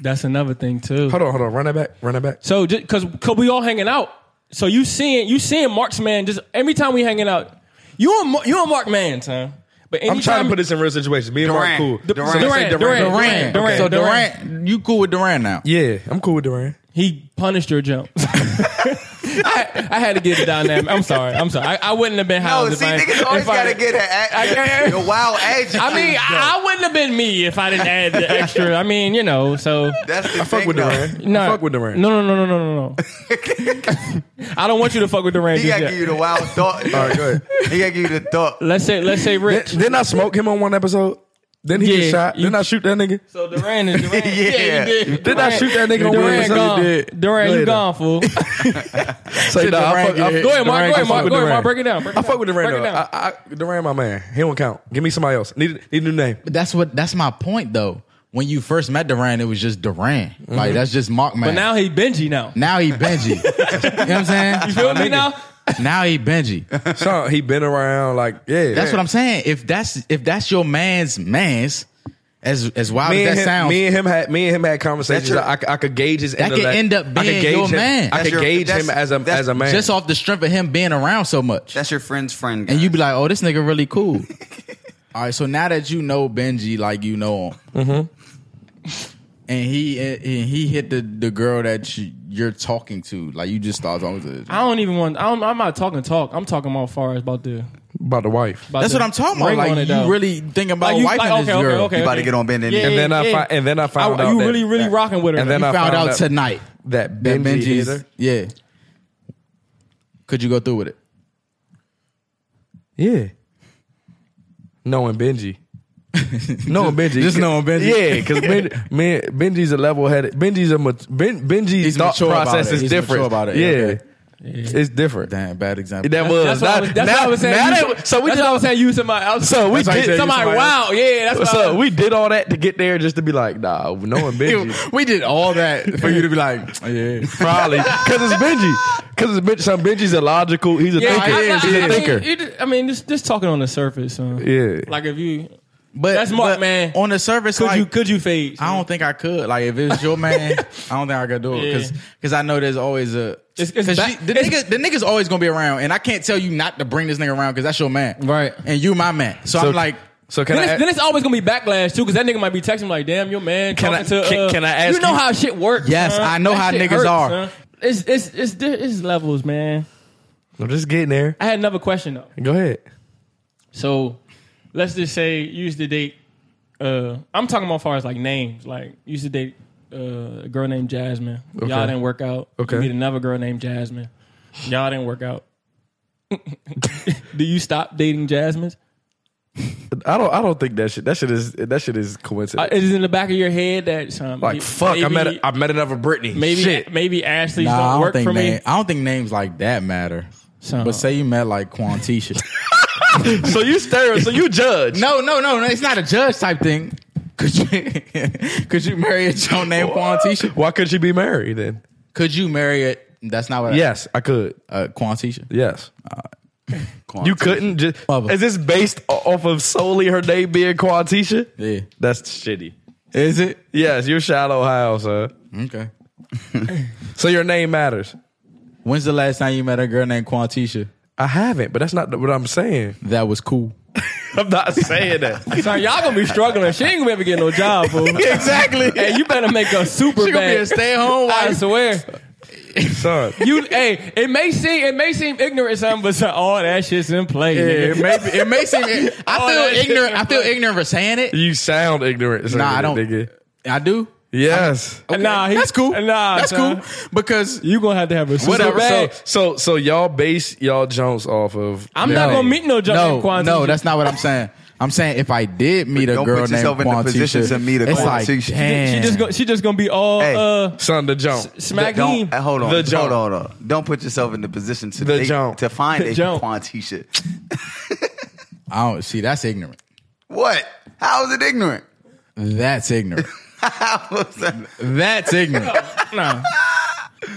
F: That's another thing too.
B: Hold on, hold on, run that back, run that back.
F: So just because cause we all hanging out, so you seeing you seeing Mark's man just every time we hanging out. You and Mar- you and Mark man, son. But anytime,
B: I'm trying to put this in real situation. Me and Mark
E: Durant.
B: cool.
E: Durant.
B: So let's say
F: Durant, Durant.
D: Durant.
F: Durant,
D: so
F: Durant.
D: Durant, you cool with Durant now?
B: Yeah, I'm cool with Durant.
F: He punished your jump. <laughs> I, I had to get the dynamic. I'm sorry. I'm sorry. I, I wouldn't have been
E: No,
F: housed.
E: see,
F: if I,
E: niggas always
F: if I-
E: gotta get
F: I-
E: an a, wow adjective.
B: <laughs>
F: I mean, I, I wouldn't have been me if I didn't add the extra. I mean, you know, so
E: that's the
B: I fuck
E: thing,
B: with
E: though.
B: Durant.
F: no,
B: I fuck with Durant.
F: No, no, no, no, no, no, no.
B: <laughs>
F: I don't want you to fuck with Durant.
E: He
F: just
E: gotta
F: yet.
E: give you the wild thought. All right,
B: go ahead.
E: He gotta give you the thought.
F: let's say, let's say
B: Then-
F: Rich.
B: Didn't I smoke him on one episode? Then he
F: Yeah,
B: get shot.
F: you-
B: Didn't I shoot that nigga?
F: So Durant
B: <laughs>
F: is Durant.
E: Yeah.
F: did.
B: Didn't I shoot that nigga on one
F: Durant
B: episode?
F: gone. Durant,
B: Go
F: you
B: ahead, <laughs>
F: gone, fool. uh,
B: Say, nah, I fuck- I-
F: Go
B: Durant,
F: ahead, Mark. Go
B: I fuck
F: ahead, Mark.
B: with
F: Go ahead,
B: Durant.
F: Mark. Break it down. Break it
B: I fuck
F: down.
B: with Durant.
F: Break it
B: though.
F: down.
B: I, I, Durant, my man. He don't count. Give me somebody else. Need, need a new <laughs> name.
D: But that's what that's my point though. When you first met Durant, it was just Durant. Like that's just Mark man.
F: Mm-hmm. But now he Benji now.
D: now he
F: <laughs>
D: Benji. you know what I'm saying?
F: You feel me now?
D: Now he Benji.
B: So he been around. Like yeah,
D: That's what I'm saying. If that's if that's your man's man's, as as wild
B: Me
D: as
B: and,
D: that
B: him,
D: sounds,
B: me and him had me and him had conversations.
E: That's your-
B: I, I could gauge his
D: That could
B: intellect.
D: end up
B: I could
D: being
B: gauge
D: your
B: him.
D: man.
B: I
E: That's
B: could
E: your-
B: gauge
E: that's-
B: him as a
E: that's-
B: as a man.
D: just off the strength of him being around so much,
E: That's your friend's friend. Guy.
D: and you be like, oh, this nigga really
E: <laughs>
D: cool. All right, so now that you know Benji like you know him,
F: Mm-hmm.
D: and he and he hit the the girl that you, you're talking to, like you just started talking to.
F: I don't even want. I don't, I'm not talking talk. I'm talking about far as about the.
B: about the wife.
F: about
D: That's
F: the
D: what I'm talking about.
F: ring on
D: Like
F: it,
D: you
F: though.
D: really thinking about wiping this
F: okay,
D: girl.
F: okay, okay,
E: You about
F: okay.
E: to get on bended knee.
B: And then I fi- and then I found
F: you
B: out that-
F: really, really
B: that-
F: rocking with her.
B: and then
D: You
B: I
D: found
B: found
D: out
B: out-
D: tonight
B: That
D: that
B: Benji, hit
D: Benji's
B: her.
D: yeah. Could you go through with it?
B: Yeah. Knowing Benji. knowing Benji.
D: just knowing Benji.
B: Yeah, because ben, man, Benji's a level headed. Benji's a mat- ben, Benji's
D: He's
B: thought
D: mature about
B: process
D: it.
B: is
D: He's
B: different.
D: mature about it.
B: Yeah.
D: Okay.
B: It's different.
D: Damn, bad example.
B: That was.
F: That's what I
B: Now-
F: was, that's what I was saying.
B: Uh, now
F: You-
B: that- so we
F: that's
B: just
F: what I was saying. You somebody else.
B: So we
D: That's how you
B: did
D: say you
F: somebody.
D: somebody else.
F: Wow. Yeah. That's what I
B: So
F: was-
B: we did all that to get there just to be like, nah, knowing Benji.
D: <laughs> we did all that <laughs>
F: <laughs>
D: for you to be like, "Oh, yeah.
B: Probably because it's Benji. Because it's Benji. Some Benji's illogical. He's a
F: Yeah,
B: thinker.
F: I- I-
B: He's
F: I
B: a
F: mean,
B: thinker.
F: you just- I mean, just just talking on the surface. son.
B: Yeah.
F: Like if you
D: <laughs> But
F: That's Mark,
D: but
F: man.
D: On the surface,
F: could
D: like,
F: you could you fade? son?
D: I don't think I could. Like, if it's your <laughs> man, I don't think I could do it
F: Yeah.
D: because I know there's always a.
F: It's- it's
D: 'cause
F: ba-
D: she- the
F: it's-
D: nigga, the nigga's always gonna be around, and I can't tell you not to bring this nigga around because that's your man,
F: Right.
D: And you my man, so, I'm like,
B: so can
F: Then
B: I?
F: it's, then it's always gonna be backlash too, because that nigga might be texting like, "Damn, your man."
B: Can
F: talking
B: I-
F: to,
B: can-
F: uh,
B: can I ask
F: You know
B: you-
F: how shit works.
D: Yes,
F: son.
D: I know how
F: shit
D: niggas are.
F: son. It's it's it's di- it's levels, man.
B: I'm just getting there.
F: I had another question though.
B: Go ahead.
F: So let's just say you used to date. Uh, I'm talking about as far as like names. Like you used to date uh, a girl named Jasmine. Y'all didn't work out.
B: Okay.
F: You meet another girl named Jasmine. Y'all didn't work out. <laughs> Do you stop dating Jasmine?
B: I don't. I don't think that shit. That shit is. That shit is
F: Uh,
B: coincidence.
F: Is it in the back of your head that um,
B: like
F: may-
B: fuck. I
F: maybe-
B: met. A, I met another Britney.
F: Maybe
B: shit.
F: maybe Ashley's
D: nah, I
F: don't
D: don't
F: work
D: think
F: for me.
D: name- I don't think names like that matter.
F: So-
D: But say you met like Quantisha.
B: <laughs> so you stare. So you judge.
D: <laughs> no, no, no, no, it's not a judge type thing. Could you <laughs> could you marry a Joe named Quantisha?
B: Why could not you be married then?
D: Could you marry it? That's not what. I,
B: Yes, I could.
D: uh, Quantisha.
B: Yes. You couldn't just.
D: Mother.
B: Is this based o- off of solely her name being Quantisha?
D: Yeah.
B: That's shitty.
D: Is it
B: Yes, you're shallow house, huh?
D: okay?
B: So your name matters.
D: When's the last time you met a girl named Quantisha?
B: I haven't, but that's not what I'm saying.
D: That was cool.
B: <laughs> I'm not saying that.
F: So y'all gonna be struggling. She ain't gonna ever get no job, fool.
D: <laughs> Exactly.
F: Hey, you better make a super
D: She gonna be a
F: bag.
D: stay at home
F: I
D: wife.
F: swear.
B: <laughs> Son.
F: You hey, it may seem it may seem ignorant something, but son, all that shit's in play.
D: It
F: nigga.
D: may, be- it may seem.
F: <laughs> Oh,
D: I
F: that
D: feel
F: shit
D: ignorant. I
F: is
D: feel
F: funny.
D: ignorant for saying it.
B: You sound ignorant. saying
D: Nah, I
B: that,
D: don't.
B: Nigga.
D: I do.
B: Yes.
F: Nah, he-
D: that's cool.
F: Nah,
D: that's
F: son.
D: cool because
F: You gonna have to have a super
D: Whatever,
B: So,
F: bag.
B: so, so y'all base y'all Jones off of.
F: I'm not
D: No.
F: gonna meet no jump
D: no,
F: in Quantisha.
D: no, that's not what I'm saying. I'm saying if I did meet a
E: Don't
D: girl
E: put yourself
D: named
E: in the position
D: Quantisha,
E: to meet a
D: it's like,
E: Quantisha. She
D: damn.
F: she just go, she just gonna be all
E: Hey.
F: uh
B: son the Jones.
F: smack him.
E: Don't, uh, hold on, <laughs>
B: The
E: hold on,
B: jump.
E: hold on. Don't put yourself in the position to
B: The
E: date-
B: jump.
E: to find
F: The
E: a
F: jump.
E: Quantisha.
D: I don't see. That's ignorant.
E: What? How is it ignorant?
D: That's
F: <laughs>
D: ignorant. That's ignorant.
F: Nah.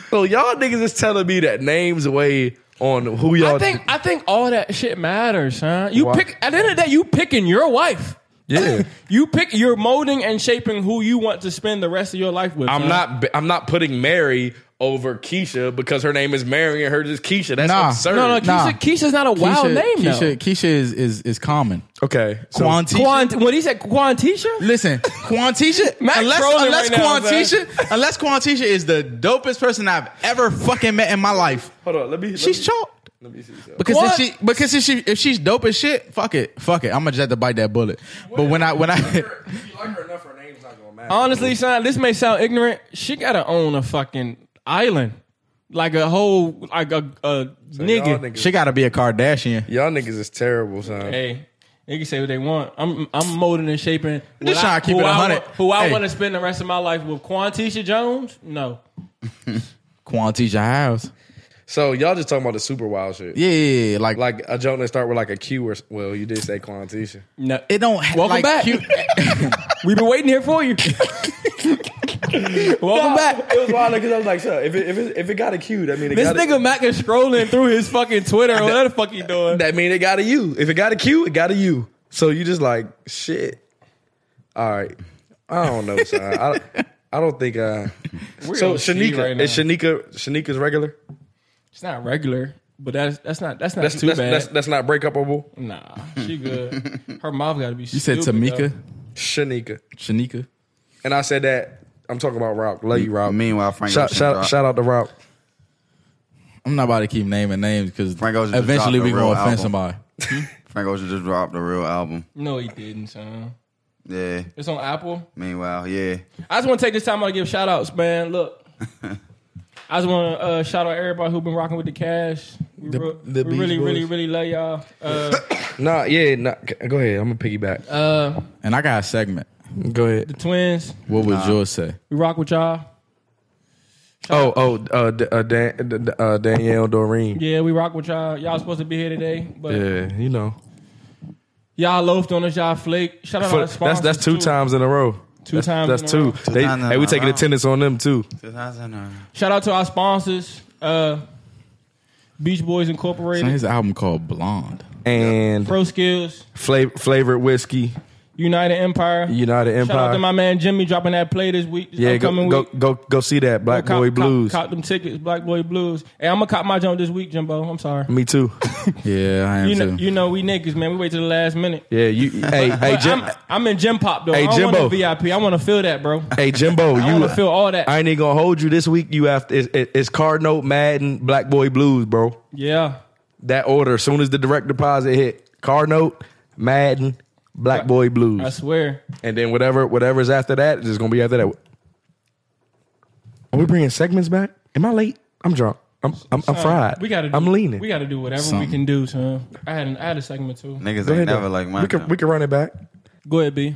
B: So y'all niggas is telling me that names weigh on who y'all.
F: I think I think all that shit matters, huh? You
B: Why?
F: pick at the end of the day, you picking your wife.
B: Yeah.
F: <clears throat> You pick. You're molding and shaping who you want to spend the rest of your life with.
B: I'm
F: son.
B: not. I'm not putting Mary over Keisha because her name is Mary and hers is Keisha. That's
D: Nah.
B: absurd.
F: No, no. Keisha,
D: Nah.
F: Keisha's not a wild
D: Keisha,
F: name
D: Keisha,
F: though.
D: Keisha is is is common.
B: Okay. So,
D: Quantisha.
F: Quan, when he said Quantisha,
D: Listen, Quantisha.
F: Mac
D: unless
F: trolling
D: unless
F: right now,
D: Quantisha, unless Quantisha is the dopest person I've ever fucking met in my life.
B: hold on. uh, Let me. Let
D: She's
B: me,
D: chalked.
B: Let me see. something.
D: Because
F: What?
D: if she because if she if she's dope as shit, fuck it, fuck it. I'm gonna just have to bite that bullet. But when I when I <laughs>
B: you like her enough, her name's not gonna matter.
F: honestly, son, this may sound ignorant. She gotta own a fucking island, like a whole, like a, a
B: Y'all
F: nigga.
B: niggas,
D: she gotta be a Kardashian.
B: y'all niggas is terrible, son.
F: Hey, they can say what they want. I'm I'm molding and shaping. what
D: Just tryna keep
F: who
D: it
F: I
D: 100.
F: want- Who I
D: Hey.
F: want to spend the rest of my life with? Quantisha Jones? No.
D: Quantisha House.
B: So y'all just talking about the super wild shit.
D: Yeah, yeah, yeah, like
B: Like a joke that start with like a Q or s- well, you did say Quantisha.
F: No.
D: it don't.
F: Welcome
D: like,
F: back.
D: cute-
F: We've been waiting here for you. Welcome back.
B: It was wild because I was like, son, if it, if it if it got a Q, that mean it
F: This
B: got
F: nigga Mac is scrolling through his fucking Twitter or whatever the fuck he doing.
B: that mean it got a U. If it got a Q, it got a U. So you just like shit. All right, I don't know, son. I, don't- I don't think. Uh, so
F: on C
B: Shanika
F: right now.
B: is Shanika Shanika's regular.
F: It's not regular, but that's that's not that's not
B: That's
F: too
B: that's,
F: bad.
B: that's that's not breakupable.
F: nah, she good. Her mouth got to be.
D: you said Tamika,
B: Shanika,
D: Shanika.
B: and I said that I'm talking about Rock. Love you, Rock.
E: Uh, Meanwhile, Frank
B: Shout
E: Ocean
B: shout
E: dropped-
B: shout out to Rock.
D: I'm not about to keep naming names because
E: Frank Ocean just
D: eventually
E: dropped
D: we
E: a
D: gonna
E: real
D: offend
E: album.
D: somebody.
E: Frank Ocean just dropped a real album.
F: No, he didn't, son.
E: Yeah.
F: It's on Apple.
E: Meanwhile, yeah.
F: I just want to take this time out to give shout outs, man.
B: <laughs>
F: Look, I just want to uh, shout out everybody who's been rocking with the cash. We, re-
B: the
F: we
B: Beach
F: really,
B: Boys.
F: really, really love y'all. Uh,
B: Nah, yeah, nah, c- go ahead. I'm gonna piggyback.
F: uh,
D: And I got a segment.
B: go ahead.
F: the twins,
D: What would yours say?
F: we rock with y'all.
B: Oh, oh, uh, D- uh, Dan- D- D- uh, Danielle Doreen.
F: Yeah, we rock with y'all. Y'all supposed to be here today, but
B: Yeah, you know.
F: y'all loafed on us. Y'all flake. Shout out
B: For-
F: our
B: that's
F: sponsors.
B: that's two
F: too.
B: times in a row.
F: Two
B: That's-
F: times
B: That's
F: in a
B: two.
F: row.
E: Two
B: They,
E: times in
B: hey, we
E: a
B: taking
E: row.
B: attendance on them too.
F: Shout out to our sponsors, uh, Beach Boys Incorporated,
D: Man, His album called Blonde.
B: And
F: Pro Skills,
B: fla- flavored whiskey,
F: United Empire.
B: United
F: Shout out to
B: Empire.
F: my man Jimmy dropping that play this week. This
B: yeah, go,
F: upcoming
B: go
F: week.
B: go go see that Black
F: Cop-
B: Boy
F: cop-
B: Blues.
F: Cop, them tickets, Black Boy Blues. Hey, I'm gonna cop my joint this week, Jimbo. I'm sorry.
B: Me too.
F: <laughs>
D: Yeah, I am
F: You know,
D: too.
F: you know, we niggas, man. We wait to the last minute.
B: Yeah, you. hey, hey,
F: But
B: Jim,
F: I'm, I'm in gym pop though.
B: Hey,
F: I don't
B: Jimbo.
F: want a VIP. I want to feel that, bro.
B: hey, Jimbo.
F: <laughs> I
B: you
F: want to feel all that.
B: I ain't even gonna hold you this week. You have to. It's, it- it's Card Note Madden Black Boy Blues, bro.
F: yeah.
B: That order. As soon as the direct deposit hit, Card Note Madden Black Boy Blues.
F: I swear.
B: And then whatever whatever is after that is gonna be after that. Are we bringing segments back? Am I late? I'm drunk. I'm I'm, I'm
F: Son,
B: fried.
F: Uh, We gotta. Do,
B: I'm leaning.
F: We gotta do whatever
D: Something.
F: we can do, son. I had an, I had a segment too.
E: Niggas
B: Go ahead,
E: ain't never
B: though.
E: like mine.
B: We can we can run it back.
F: Go ahead, B.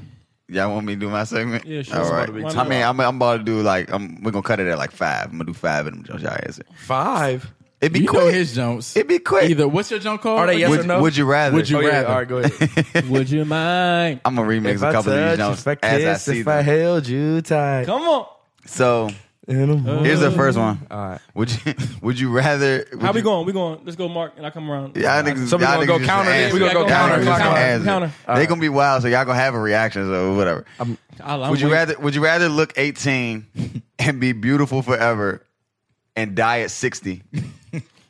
E: Y'all want me to do my segment?
F: Yeah, sure.
E: All right.
F: Somebody be
E: I mean, I'm, I'm about to do like I'm. We're gonna cut it at like five. I'm gonna do five of them. Josh, y'all answer.
B: Five.
E: It'd be
D: You
E: quick.
D: know his jumps.
E: It'd be quick.
D: Either what's your jump called?
B: Are they yes
E: would,
B: or no?
E: would you rather?
D: Would you
B: Oh, yeah.
D: rather?
B: All right, go
E: <laughs>
B: ahead. <laughs>
F: Would you mind?
E: I'm gonna remix a couple of these jumps as I see them.
B: held you tight.
F: Come on.
E: So here's the first one. All
B: Mm-hmm. right.
E: Would you <laughs> Would you rather? Would
F: How we
E: you-
F: going? We going. Let's go, Mark, and I come around.
E: Y'all niggas,
B: So we
E: y'all
B: gonna
E: niggas
B: go
E: just
B: counter then?
E: answer.
B: We gonna go
E: Y'all
B: counter,
E: niggas just
B: counter,
E: gonna
B: counter,
E: answer.
F: counter.
E: They gonna be wild, so y'all gonna have a reaction, so whatever.
F: I'll- I'm
E: would you
F: waiting.
E: rather Would you rather look
B: <laughs>
E: 18 and be beautiful forever and die
B: <laughs>
E: at 60,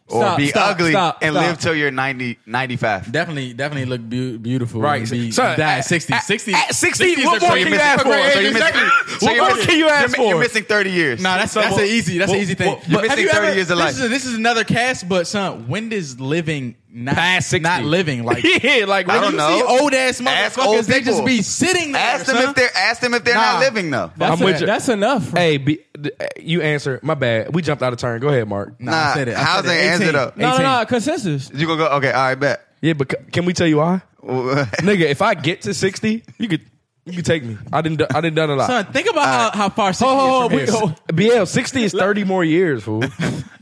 E: or
F: Stop,
E: be
F: stop,
E: ugly
F: stop,
E: and
F: stop.
E: live till you're 90, 95?
D: Definitely, definitely look beau- beautiful.
B: Right.
D: and Be,
B: Son,
D: that
B: at-
D: 60,
B: at-
D: 60,
B: at 60,
D: 60 is
B: what
D: a
B: more
D: pretty
B: can you
D: missing-
B: ask for?
D: Hey,
E: So
B: Hey,
E: you're missing-
B: exactly.
E: so
B: What
E: you're
B: more
E: missing-
B: can you
E: you're
B: ask
E: mi- You're
B: for?
E: missing 30 years.
D: Nah, that's that's
B: well,
D: an easy. That's
B: well,
D: an easy thing.
B: well, You're
E: missing
D: Have you
E: 30
D: ever-
E: years of life.
D: This is, this is another cast, but son, when does living not
B: Past 60.
D: not living <laughs> like?
B: yeah, like
E: I
D: when
E: don't
D: you
E: know.
D: see old ass
E: Ask old
D: motherfuckers, they just
E: people.
D: be sitting there.
E: Ask them
D: son.
E: if they're ask them if they're
D: Nah.
E: not living though.
F: That's,
B: I'm with
F: en-
B: you.
F: that's enough.
B: <laughs> Hey, be, d- you answer. My bad. We jumped out of turn. Go ahead, Mark.
D: Nah, I said it. I said
E: how's the
D: it. 18.
E: answer though?
F: no, no,
D: 18.
F: no. Consensus.
E: You gonna go? Okay, all right, bet.
B: Yeah, but c- can we tell you why? <laughs>
E: Nigga,
B: Nigga, if I get to 60, you could you could take me. I didn't do- I didn't done a lot.
F: Uh,
D: Son, think about
F: <laughs>
D: how, how far. 60
F: ho,
B: Oh,
D: is from
F: we-
D: here.
F: ho.
B: BL, 60 is 30 more years, fool.
E: all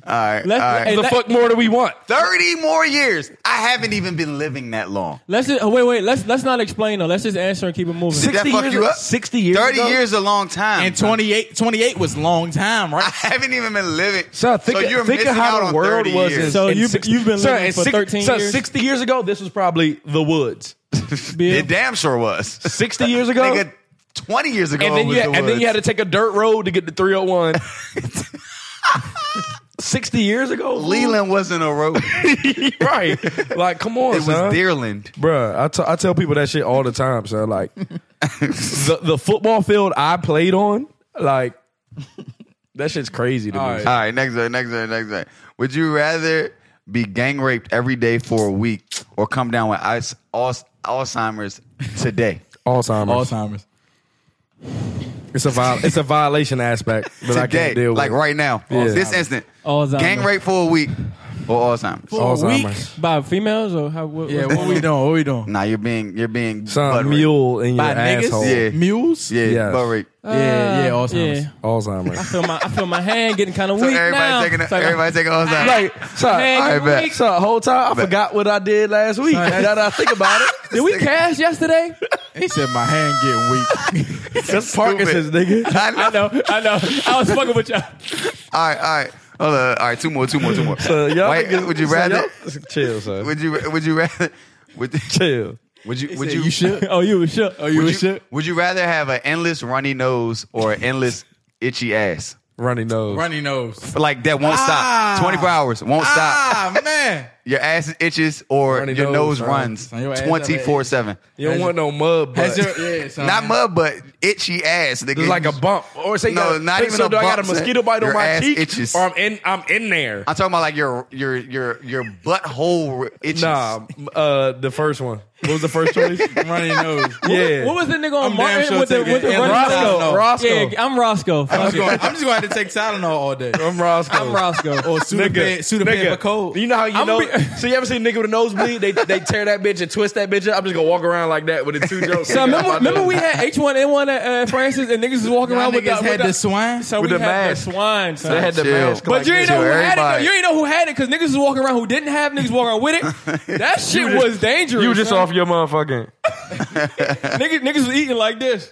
E: right,
F: Let's-
E: all right.
F: hey,
B: the
F: that-
B: fuck more do we want?
E: 30 more years. I haven't even been living that long.
F: Let's just, oh, wait, wait. Let's let's not explain though. Let's just answer and keep it moving.
E: Did that
B: 60
E: fuck
B: years
E: you
B: a-
E: up?
B: 60 years
E: 30
B: ago?
E: years is a long time.
D: And 28, 28 was long time,
E: <laughs> I
D: right?
E: haven't even been living.
B: Son, think,
E: so you're
B: think
E: missing
B: of
E: out
B: how
E: on
B: the world
E: 30
B: was.
E: years.
B: in-
F: So
B: in
F: you've-
B: 60
F: you've been
B: Son,
F: living
B: in
F: for 13
B: son,
F: years?
B: 60 years ago, this was probably the woods.
F: Bill?
E: It damn sure was.
B: 60 years ago?
E: Nigga, 20 years ago.
B: and then,
E: was
B: you,
E: the
B: and then you had to
E: woods.
B: take a dirt road to get to
E: <laughs>
B: 301. 60 years ago?
E: Leland wasn't a
B: <laughs>
E: road. it
B: right. Like, come on,
E: was
B: son.
E: Deerland.
B: Bruh, I, t- I tell people that shit all the time, son. Like,
E: <laughs>
B: the, the football field I played on, like, that shit's crazy to me.
E: All right, next one, next one, next one. Would you rather be gang raped every day for a week or come down with ice, al- Alzheimer's today?
B: Alzheimer's.
D: Alzheimer's.
B: It's a viol- it's a violation aspect that I
E: today,
B: can't deal with.
E: like right now,
B: Yeah.
E: this instant.
F: Alzheimer's.
E: Gang rape for a week or Alzheimer's.
B: Oh. Alzheimer's.
F: By females or how? What,
D: Yeah,
F: what-
D: what we doing? What we doing?
E: Nah, you're being you're being
B: Some
E: butt raped.
B: mule in your
D: By
B: asshole.
D: niggas?
E: Yeah.
D: Mules?
E: Yeah,
B: Yes.
E: butt rape.
D: Yeah, yeah, Alzheimer's.
F: Yeah.
E: <laughs>
F: I
B: Alzheimer's.
F: feel my I feel my hand getting kind of
E: So
F: weak
E: everybody
F: now.
E: taking
F: It's like,
E: everybody taking Alzheimer's.
B: like, so,
F: Man,
B: I,
E: I bet.
B: so the whole time I forgot what I did last week. Now that I think about it,
E: <laughs>
F: Did we cash yesterday?
D: He said my hand getting weak.
E: <laughs>
B: that's Parkinson's, nigga.
E: <laughs> I know.
F: No, I know. I was fucking with y'all.
E: All right, all right. Hold on. All right, two more, two more, two more.
B: So y'all
E: Wait,
B: niggas-
E: would you
B: so
E: rather?
B: y'all- chill, sir.
E: Would you would you rather?
B: <laughs>
E: Would,
B: chill.
E: would you would
D: Said,
E: you,
D: you shook?
F: Oh, you was shook. Oh,
D: You
E: would
D: was
E: you
D: shook?
E: would you rather have an endless runny nose or an endless itchy ass?
B: Runny nose.
D: Runny nose.
E: Like that won't
D: Ah.
E: stop. Twenty four hours won't stop.
D: Ah, man.
E: Your ass itches or
B: Runny
E: your
B: nose,
E: nose,
B: son.
E: runs
D: Son, your ass
E: twenty four seven.
B: You don't want no mud,
D: Has
B: but
D: your, yeah, son.
E: Not mud, but itchy ass. Nigga.
B: it's like a bump, or say
E: No,
B: got,
E: not
B: say
E: even
B: so
E: a
B: do I got a
E: bump, son.
B: mosquito bite on
E: Your
B: my
E: ass
B: cheek,
E: itches.
B: or I'm in, I'm in there.
E: I'm talking about like your your your your butthole itches.
B: Nah, uh, the first one. What was the first
E: <laughs>
B: choice?
D: runny nose.
B: yeah,
F: What was the nigga on
D: I'm
F: Martin
D: damn sure
F: with the
D: taking
F: with the
D: it.
F: running
D: Roscoe,
F: nose?
B: Roscoe.
F: Yeah, I'm Roscoe.
D: I'm
F: Fuck
D: just,
F: it.
D: gonna, I'm just gonna have to take Tylenol all day.
B: I'm Roscoe.
F: I'm Roscoe.
D: Or Sudafed, Sudafed
B: Nigga,
D: for cold.
B: You know how you
F: I'm
B: know?
F: be-
B: <laughs> so you ever see a nigga with a nosebleed? They they tear that bitch and twist that bitch up. I'm just gonna walk around like that with the
E: <laughs>
B: two jokes.
F: So remember, remember we had H1N1 at uh, Francis and niggas was walking
D: Y'all
F: around with the,
D: niggas
F: with
D: had
F: the,
D: the swine.
F: so
B: with
F: we
B: the
F: had
B: mask.
F: the swine. Son.
B: they had the
E: Chill.
B: mask.
F: but
B: like
F: you
B: this.
F: ain't know
E: to
F: who had it.
E: everybody.
F: Though. You ain't know who had it because niggas was walking around who didn't have niggas walking around with it. That shit
B: just-
F: was dangerous.
B: You were just
F: son.
B: off your motherfucking.
F: Niggas, niggas was eating like this.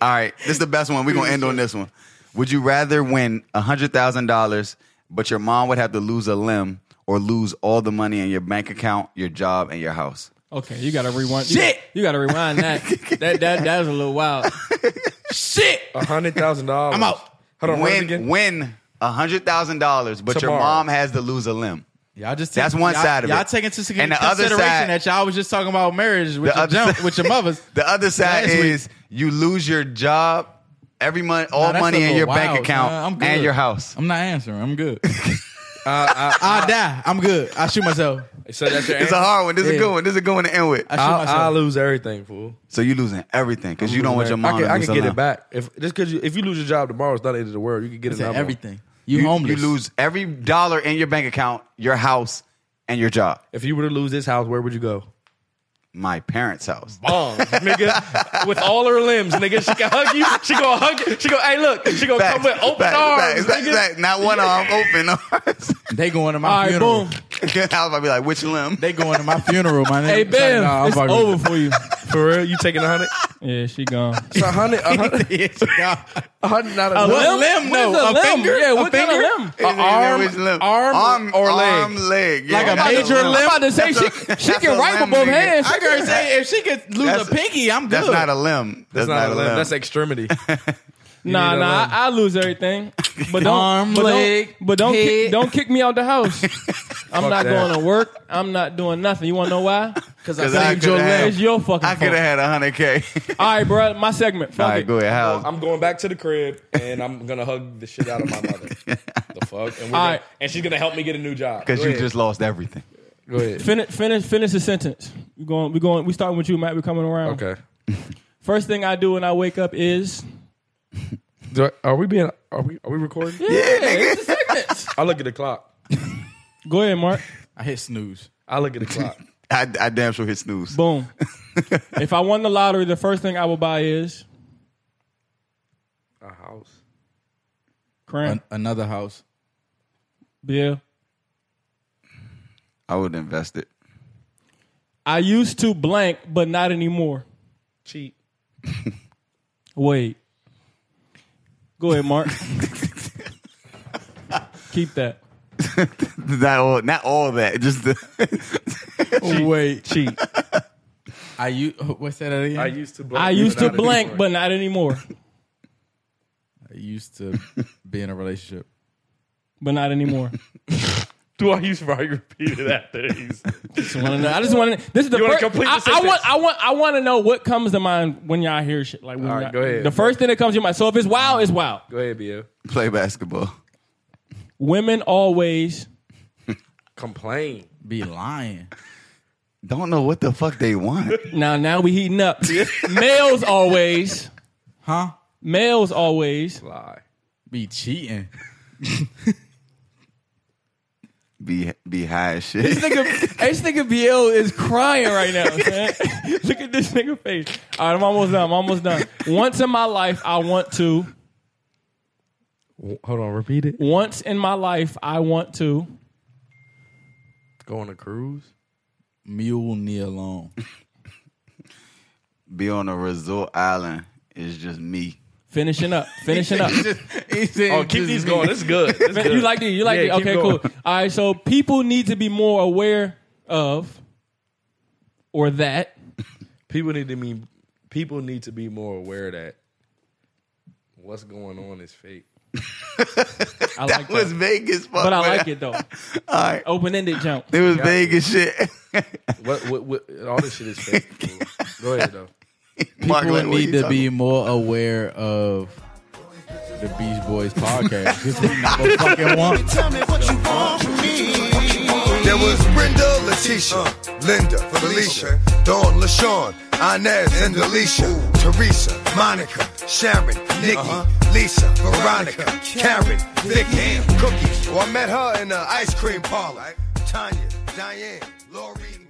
E: All right, this is the best one. We're gonna end on this one. Would you rather win hundred thousand dollars, but your mom would have to lose a limb, or lose all the money in your bank account, your job, and your house?
F: Okay, you gotta rewind.
D: Shit!
F: you gotta rewind that. that that that was a little wild.
D: Shit.
B: A hundred thousand dollars.
D: I'm out.
B: Hold on. run it
E: win
B: again.
E: win hundred thousand dollars, but
B: Tomorrow.
E: your mom has to lose a limb.
D: Y'all just
E: That's one
D: y'all-
E: side of
D: Y'all
E: it.
D: take into consideration
E: And the other side-
D: that y'all was just talking about marriage with,
E: The
D: your,
E: other
D: jump,
E: side-
D: with your
E: <laughs>
D: mothers.
E: The other side
D: Last week-
E: is you lose your job, every month, all
D: Nah, that's a
E: money in
D: little
E: your bank
D: wild,
E: account
D: son. I'm good.
E: and your house.
D: I'm not answering. I'm good. <laughs> I, will die. I'm good. I shoot myself.
B: So that's your.
E: It's
B: answer?
E: a hard one. This is a
D: Yeah.
E: good one. This is a good one to end with.
D: I shoot
B: I'll,
D: myself.
B: I'll lose everything, fool.
E: So you losing everything because you don't want your mom
B: I can,
E: to
B: I
E: lose
B: can
E: a
B: get
E: limb.
B: it back. If just because you, if you lose your job tomorrow, it's not the end of the world. You can get
D: It's
B: another one.
D: at everything. You,
E: you,
D: homeless.
E: You lose every dollar in your bank account, your house, and your job.
B: If you were to lose this house, where would you go?
E: My parents' house.
B: bong, nigga, <laughs> with all her limbs, nigga. She can hug you. She gonna hug you. She gonna, hey, look, she gonna
E: Facts.
B: come with open
E: Facts.
B: arms,
E: Facts. Facts.
B: nigga.
E: Facts. Not
D: <laughs>
E: one arm, open arms. <laughs>
D: They going to my
F: <laughs> All right,
D: funeral.
F: boom.
E: I was about to be like, which limb?
D: They going to my funeral, <laughs> my nigga.
F: Hey,
D: It's like,
F: Bam,
D: nah, I'm <laughs>
F: it's
D: fucking-
F: over for you.
B: For real, you taking a <laughs> hundred?
F: <laughs> Yeah, she gone.
B: It's a hundred, a hundred, a hundred, not a
D: limb?
F: What is
D: no. A
F: a, limb?
D: finger?
F: Yeah,
D: A
F: what kind
D: finger?
E: <laughs>
F: of limb?
E: They didn't know
B: arm-
E: which limb.
B: arm or leg?
E: Arm, leg. Yeah,
D: Like a
E: that's
D: major
E: limb.
F: I'm about to say she, she
E: that's a
F: can write
E: limb,
F: with both
E: nigga.
F: hands.
D: I can say if she could lose
E: That's-
D: a pinky, I'm good.
E: That's not a limb.
B: That's
E: That's,
B: not a limb. That's <laughs> extremity.
F: Nah,
B: need a
F: nah,
B: limb.
F: I, I
E: <laughs>
F: lose everything. But don't,
D: Arm,
F: but
D: leg,
F: don't, but don't, kick,
D: head.
F: don't kick me out the
E: <laughs>
F: house. I'm
B: that.
F: not going to work. I'm not doing nothing. You want to know why?
D: because
E: Cause <laughs> I
D: I saved your
E: could've
D: leg.
E: had-
F: It's your fucking
E: I could
F: fault.
E: have had a <laughs> 100K.
F: All right, bro. My segment. Fuck
E: All right,
F: it.
E: go ahead. How?
B: I'm going back to the crib and I'm gonna hug the shit out of my mother. <laughs> The fuck, and, we're
F: All
B: gonna,
F: right.
B: and she's gonna help me get a new job.
E: Because
B: Go
E: you
B: ahead.
E: just lost everything.
B: go ahead.
F: Finish, finish, finish the sentence. We going, we going, we starting with you, Matt. We coming around.
B: Okay.
F: First thing I do when I wake up is
B: Do I, are we being? Are we? Are we recording?
F: yeah, it's
E: <laughs>
F: a segment.
B: I look at the clock.
F: Go ahead, Mark.
D: I hit snooze.
B: I look at the
F: <laughs>
B: clock.
E: I, I damn sure hit snooze. <laughs>
F: Boom. if I won the lottery, the first thing I will buy is
B: A house.
F: cramp,
D: An- another house.
F: Bill.
E: I would invest it.
F: I used to blank, but not anymore.
B: Cheat.
F: Wait. Go
C: <laughs>
F: ahead, Mark. Keep that.
E: Not all, not all that. Just the,
D: Wait,
F: Cheat.
D: I you <laughs> what's that again?
C: I
D: I
C: used to blank.
F: I used to
C: not anymore.
F: blank, <laughs> but not anymore.
D: used to be in a relationship.
F: But not anymore.
C: do I use right repeated after these?
F: Just wanna know- I just want to. This is the
C: You wanna
F: first.
C: complete the
F: I, I
C: sentence.
F: want. I want. I want to know what comes to mind when y'all hear shit. Like, when
B: All right,
F: y'all-
B: go ahead.
F: The first thing that comes to your mind. So if it's wow, it's wow.
B: Go ahead, BL.
E: <laughs> Play basketball.
F: Women always.
B: Complain.
D: Be lying.
E: Don't know what the fuck they want.
F: Now, now we
C: <laughs>
F: heating up. Males always.
D: Huh?
F: Males always.
B: Lie.
D: Be cheating.
E: <laughs> Be be high as shit.
F: nigga, this nigga BL is crying right <laughs> now. man. Look at this nigga face. All right, I'm almost done. I'm almost done. Once in my life, I want to.
B: Hold on, repeat it.
F: Once in my life, I want to.
B: Go on a cruise.
D: Mule knee alone.
E: <laughs> Be on a resort island. It's just me.
F: Finishing up. Finishing up.
D: oh,
C: Oh, keep these going. This is good.
F: <laughs>
C: This is
F: you
C: good.
F: like it? You like
C: Yeah,
F: it?
C: keep
F: Okay,
C: going.
F: cool. All right, so people need to be more aware of or that
B: People need to be people need to be more aware that what's going on is fake.
F: I
E: That
F: like
E: was
F: that.
E: vague as fuck.
F: But I
E: man.
F: like it though.
E: All right.
F: Open ended jump.
E: It was vague as shit. <laughs>
B: What what, what all this shit is fake.
F: <laughs>
B: Go ahead though.
E: Mark,
D: People
E: like, what
D: need
E: you
D: to be
E: talking
D: more aware of the Beach Boys podcast. This is number fucking one.
G: There was Brenda, Leticia, Linda, Felicia, Dawn, LaShawn, Inez, and Alicia, Teresa, Monica, Sharon, Nikki, Lisa, Veronica, Karen, Vicky, Cookie. Well, I met her in the ice cream parlor. Tanya, Diane, Lori,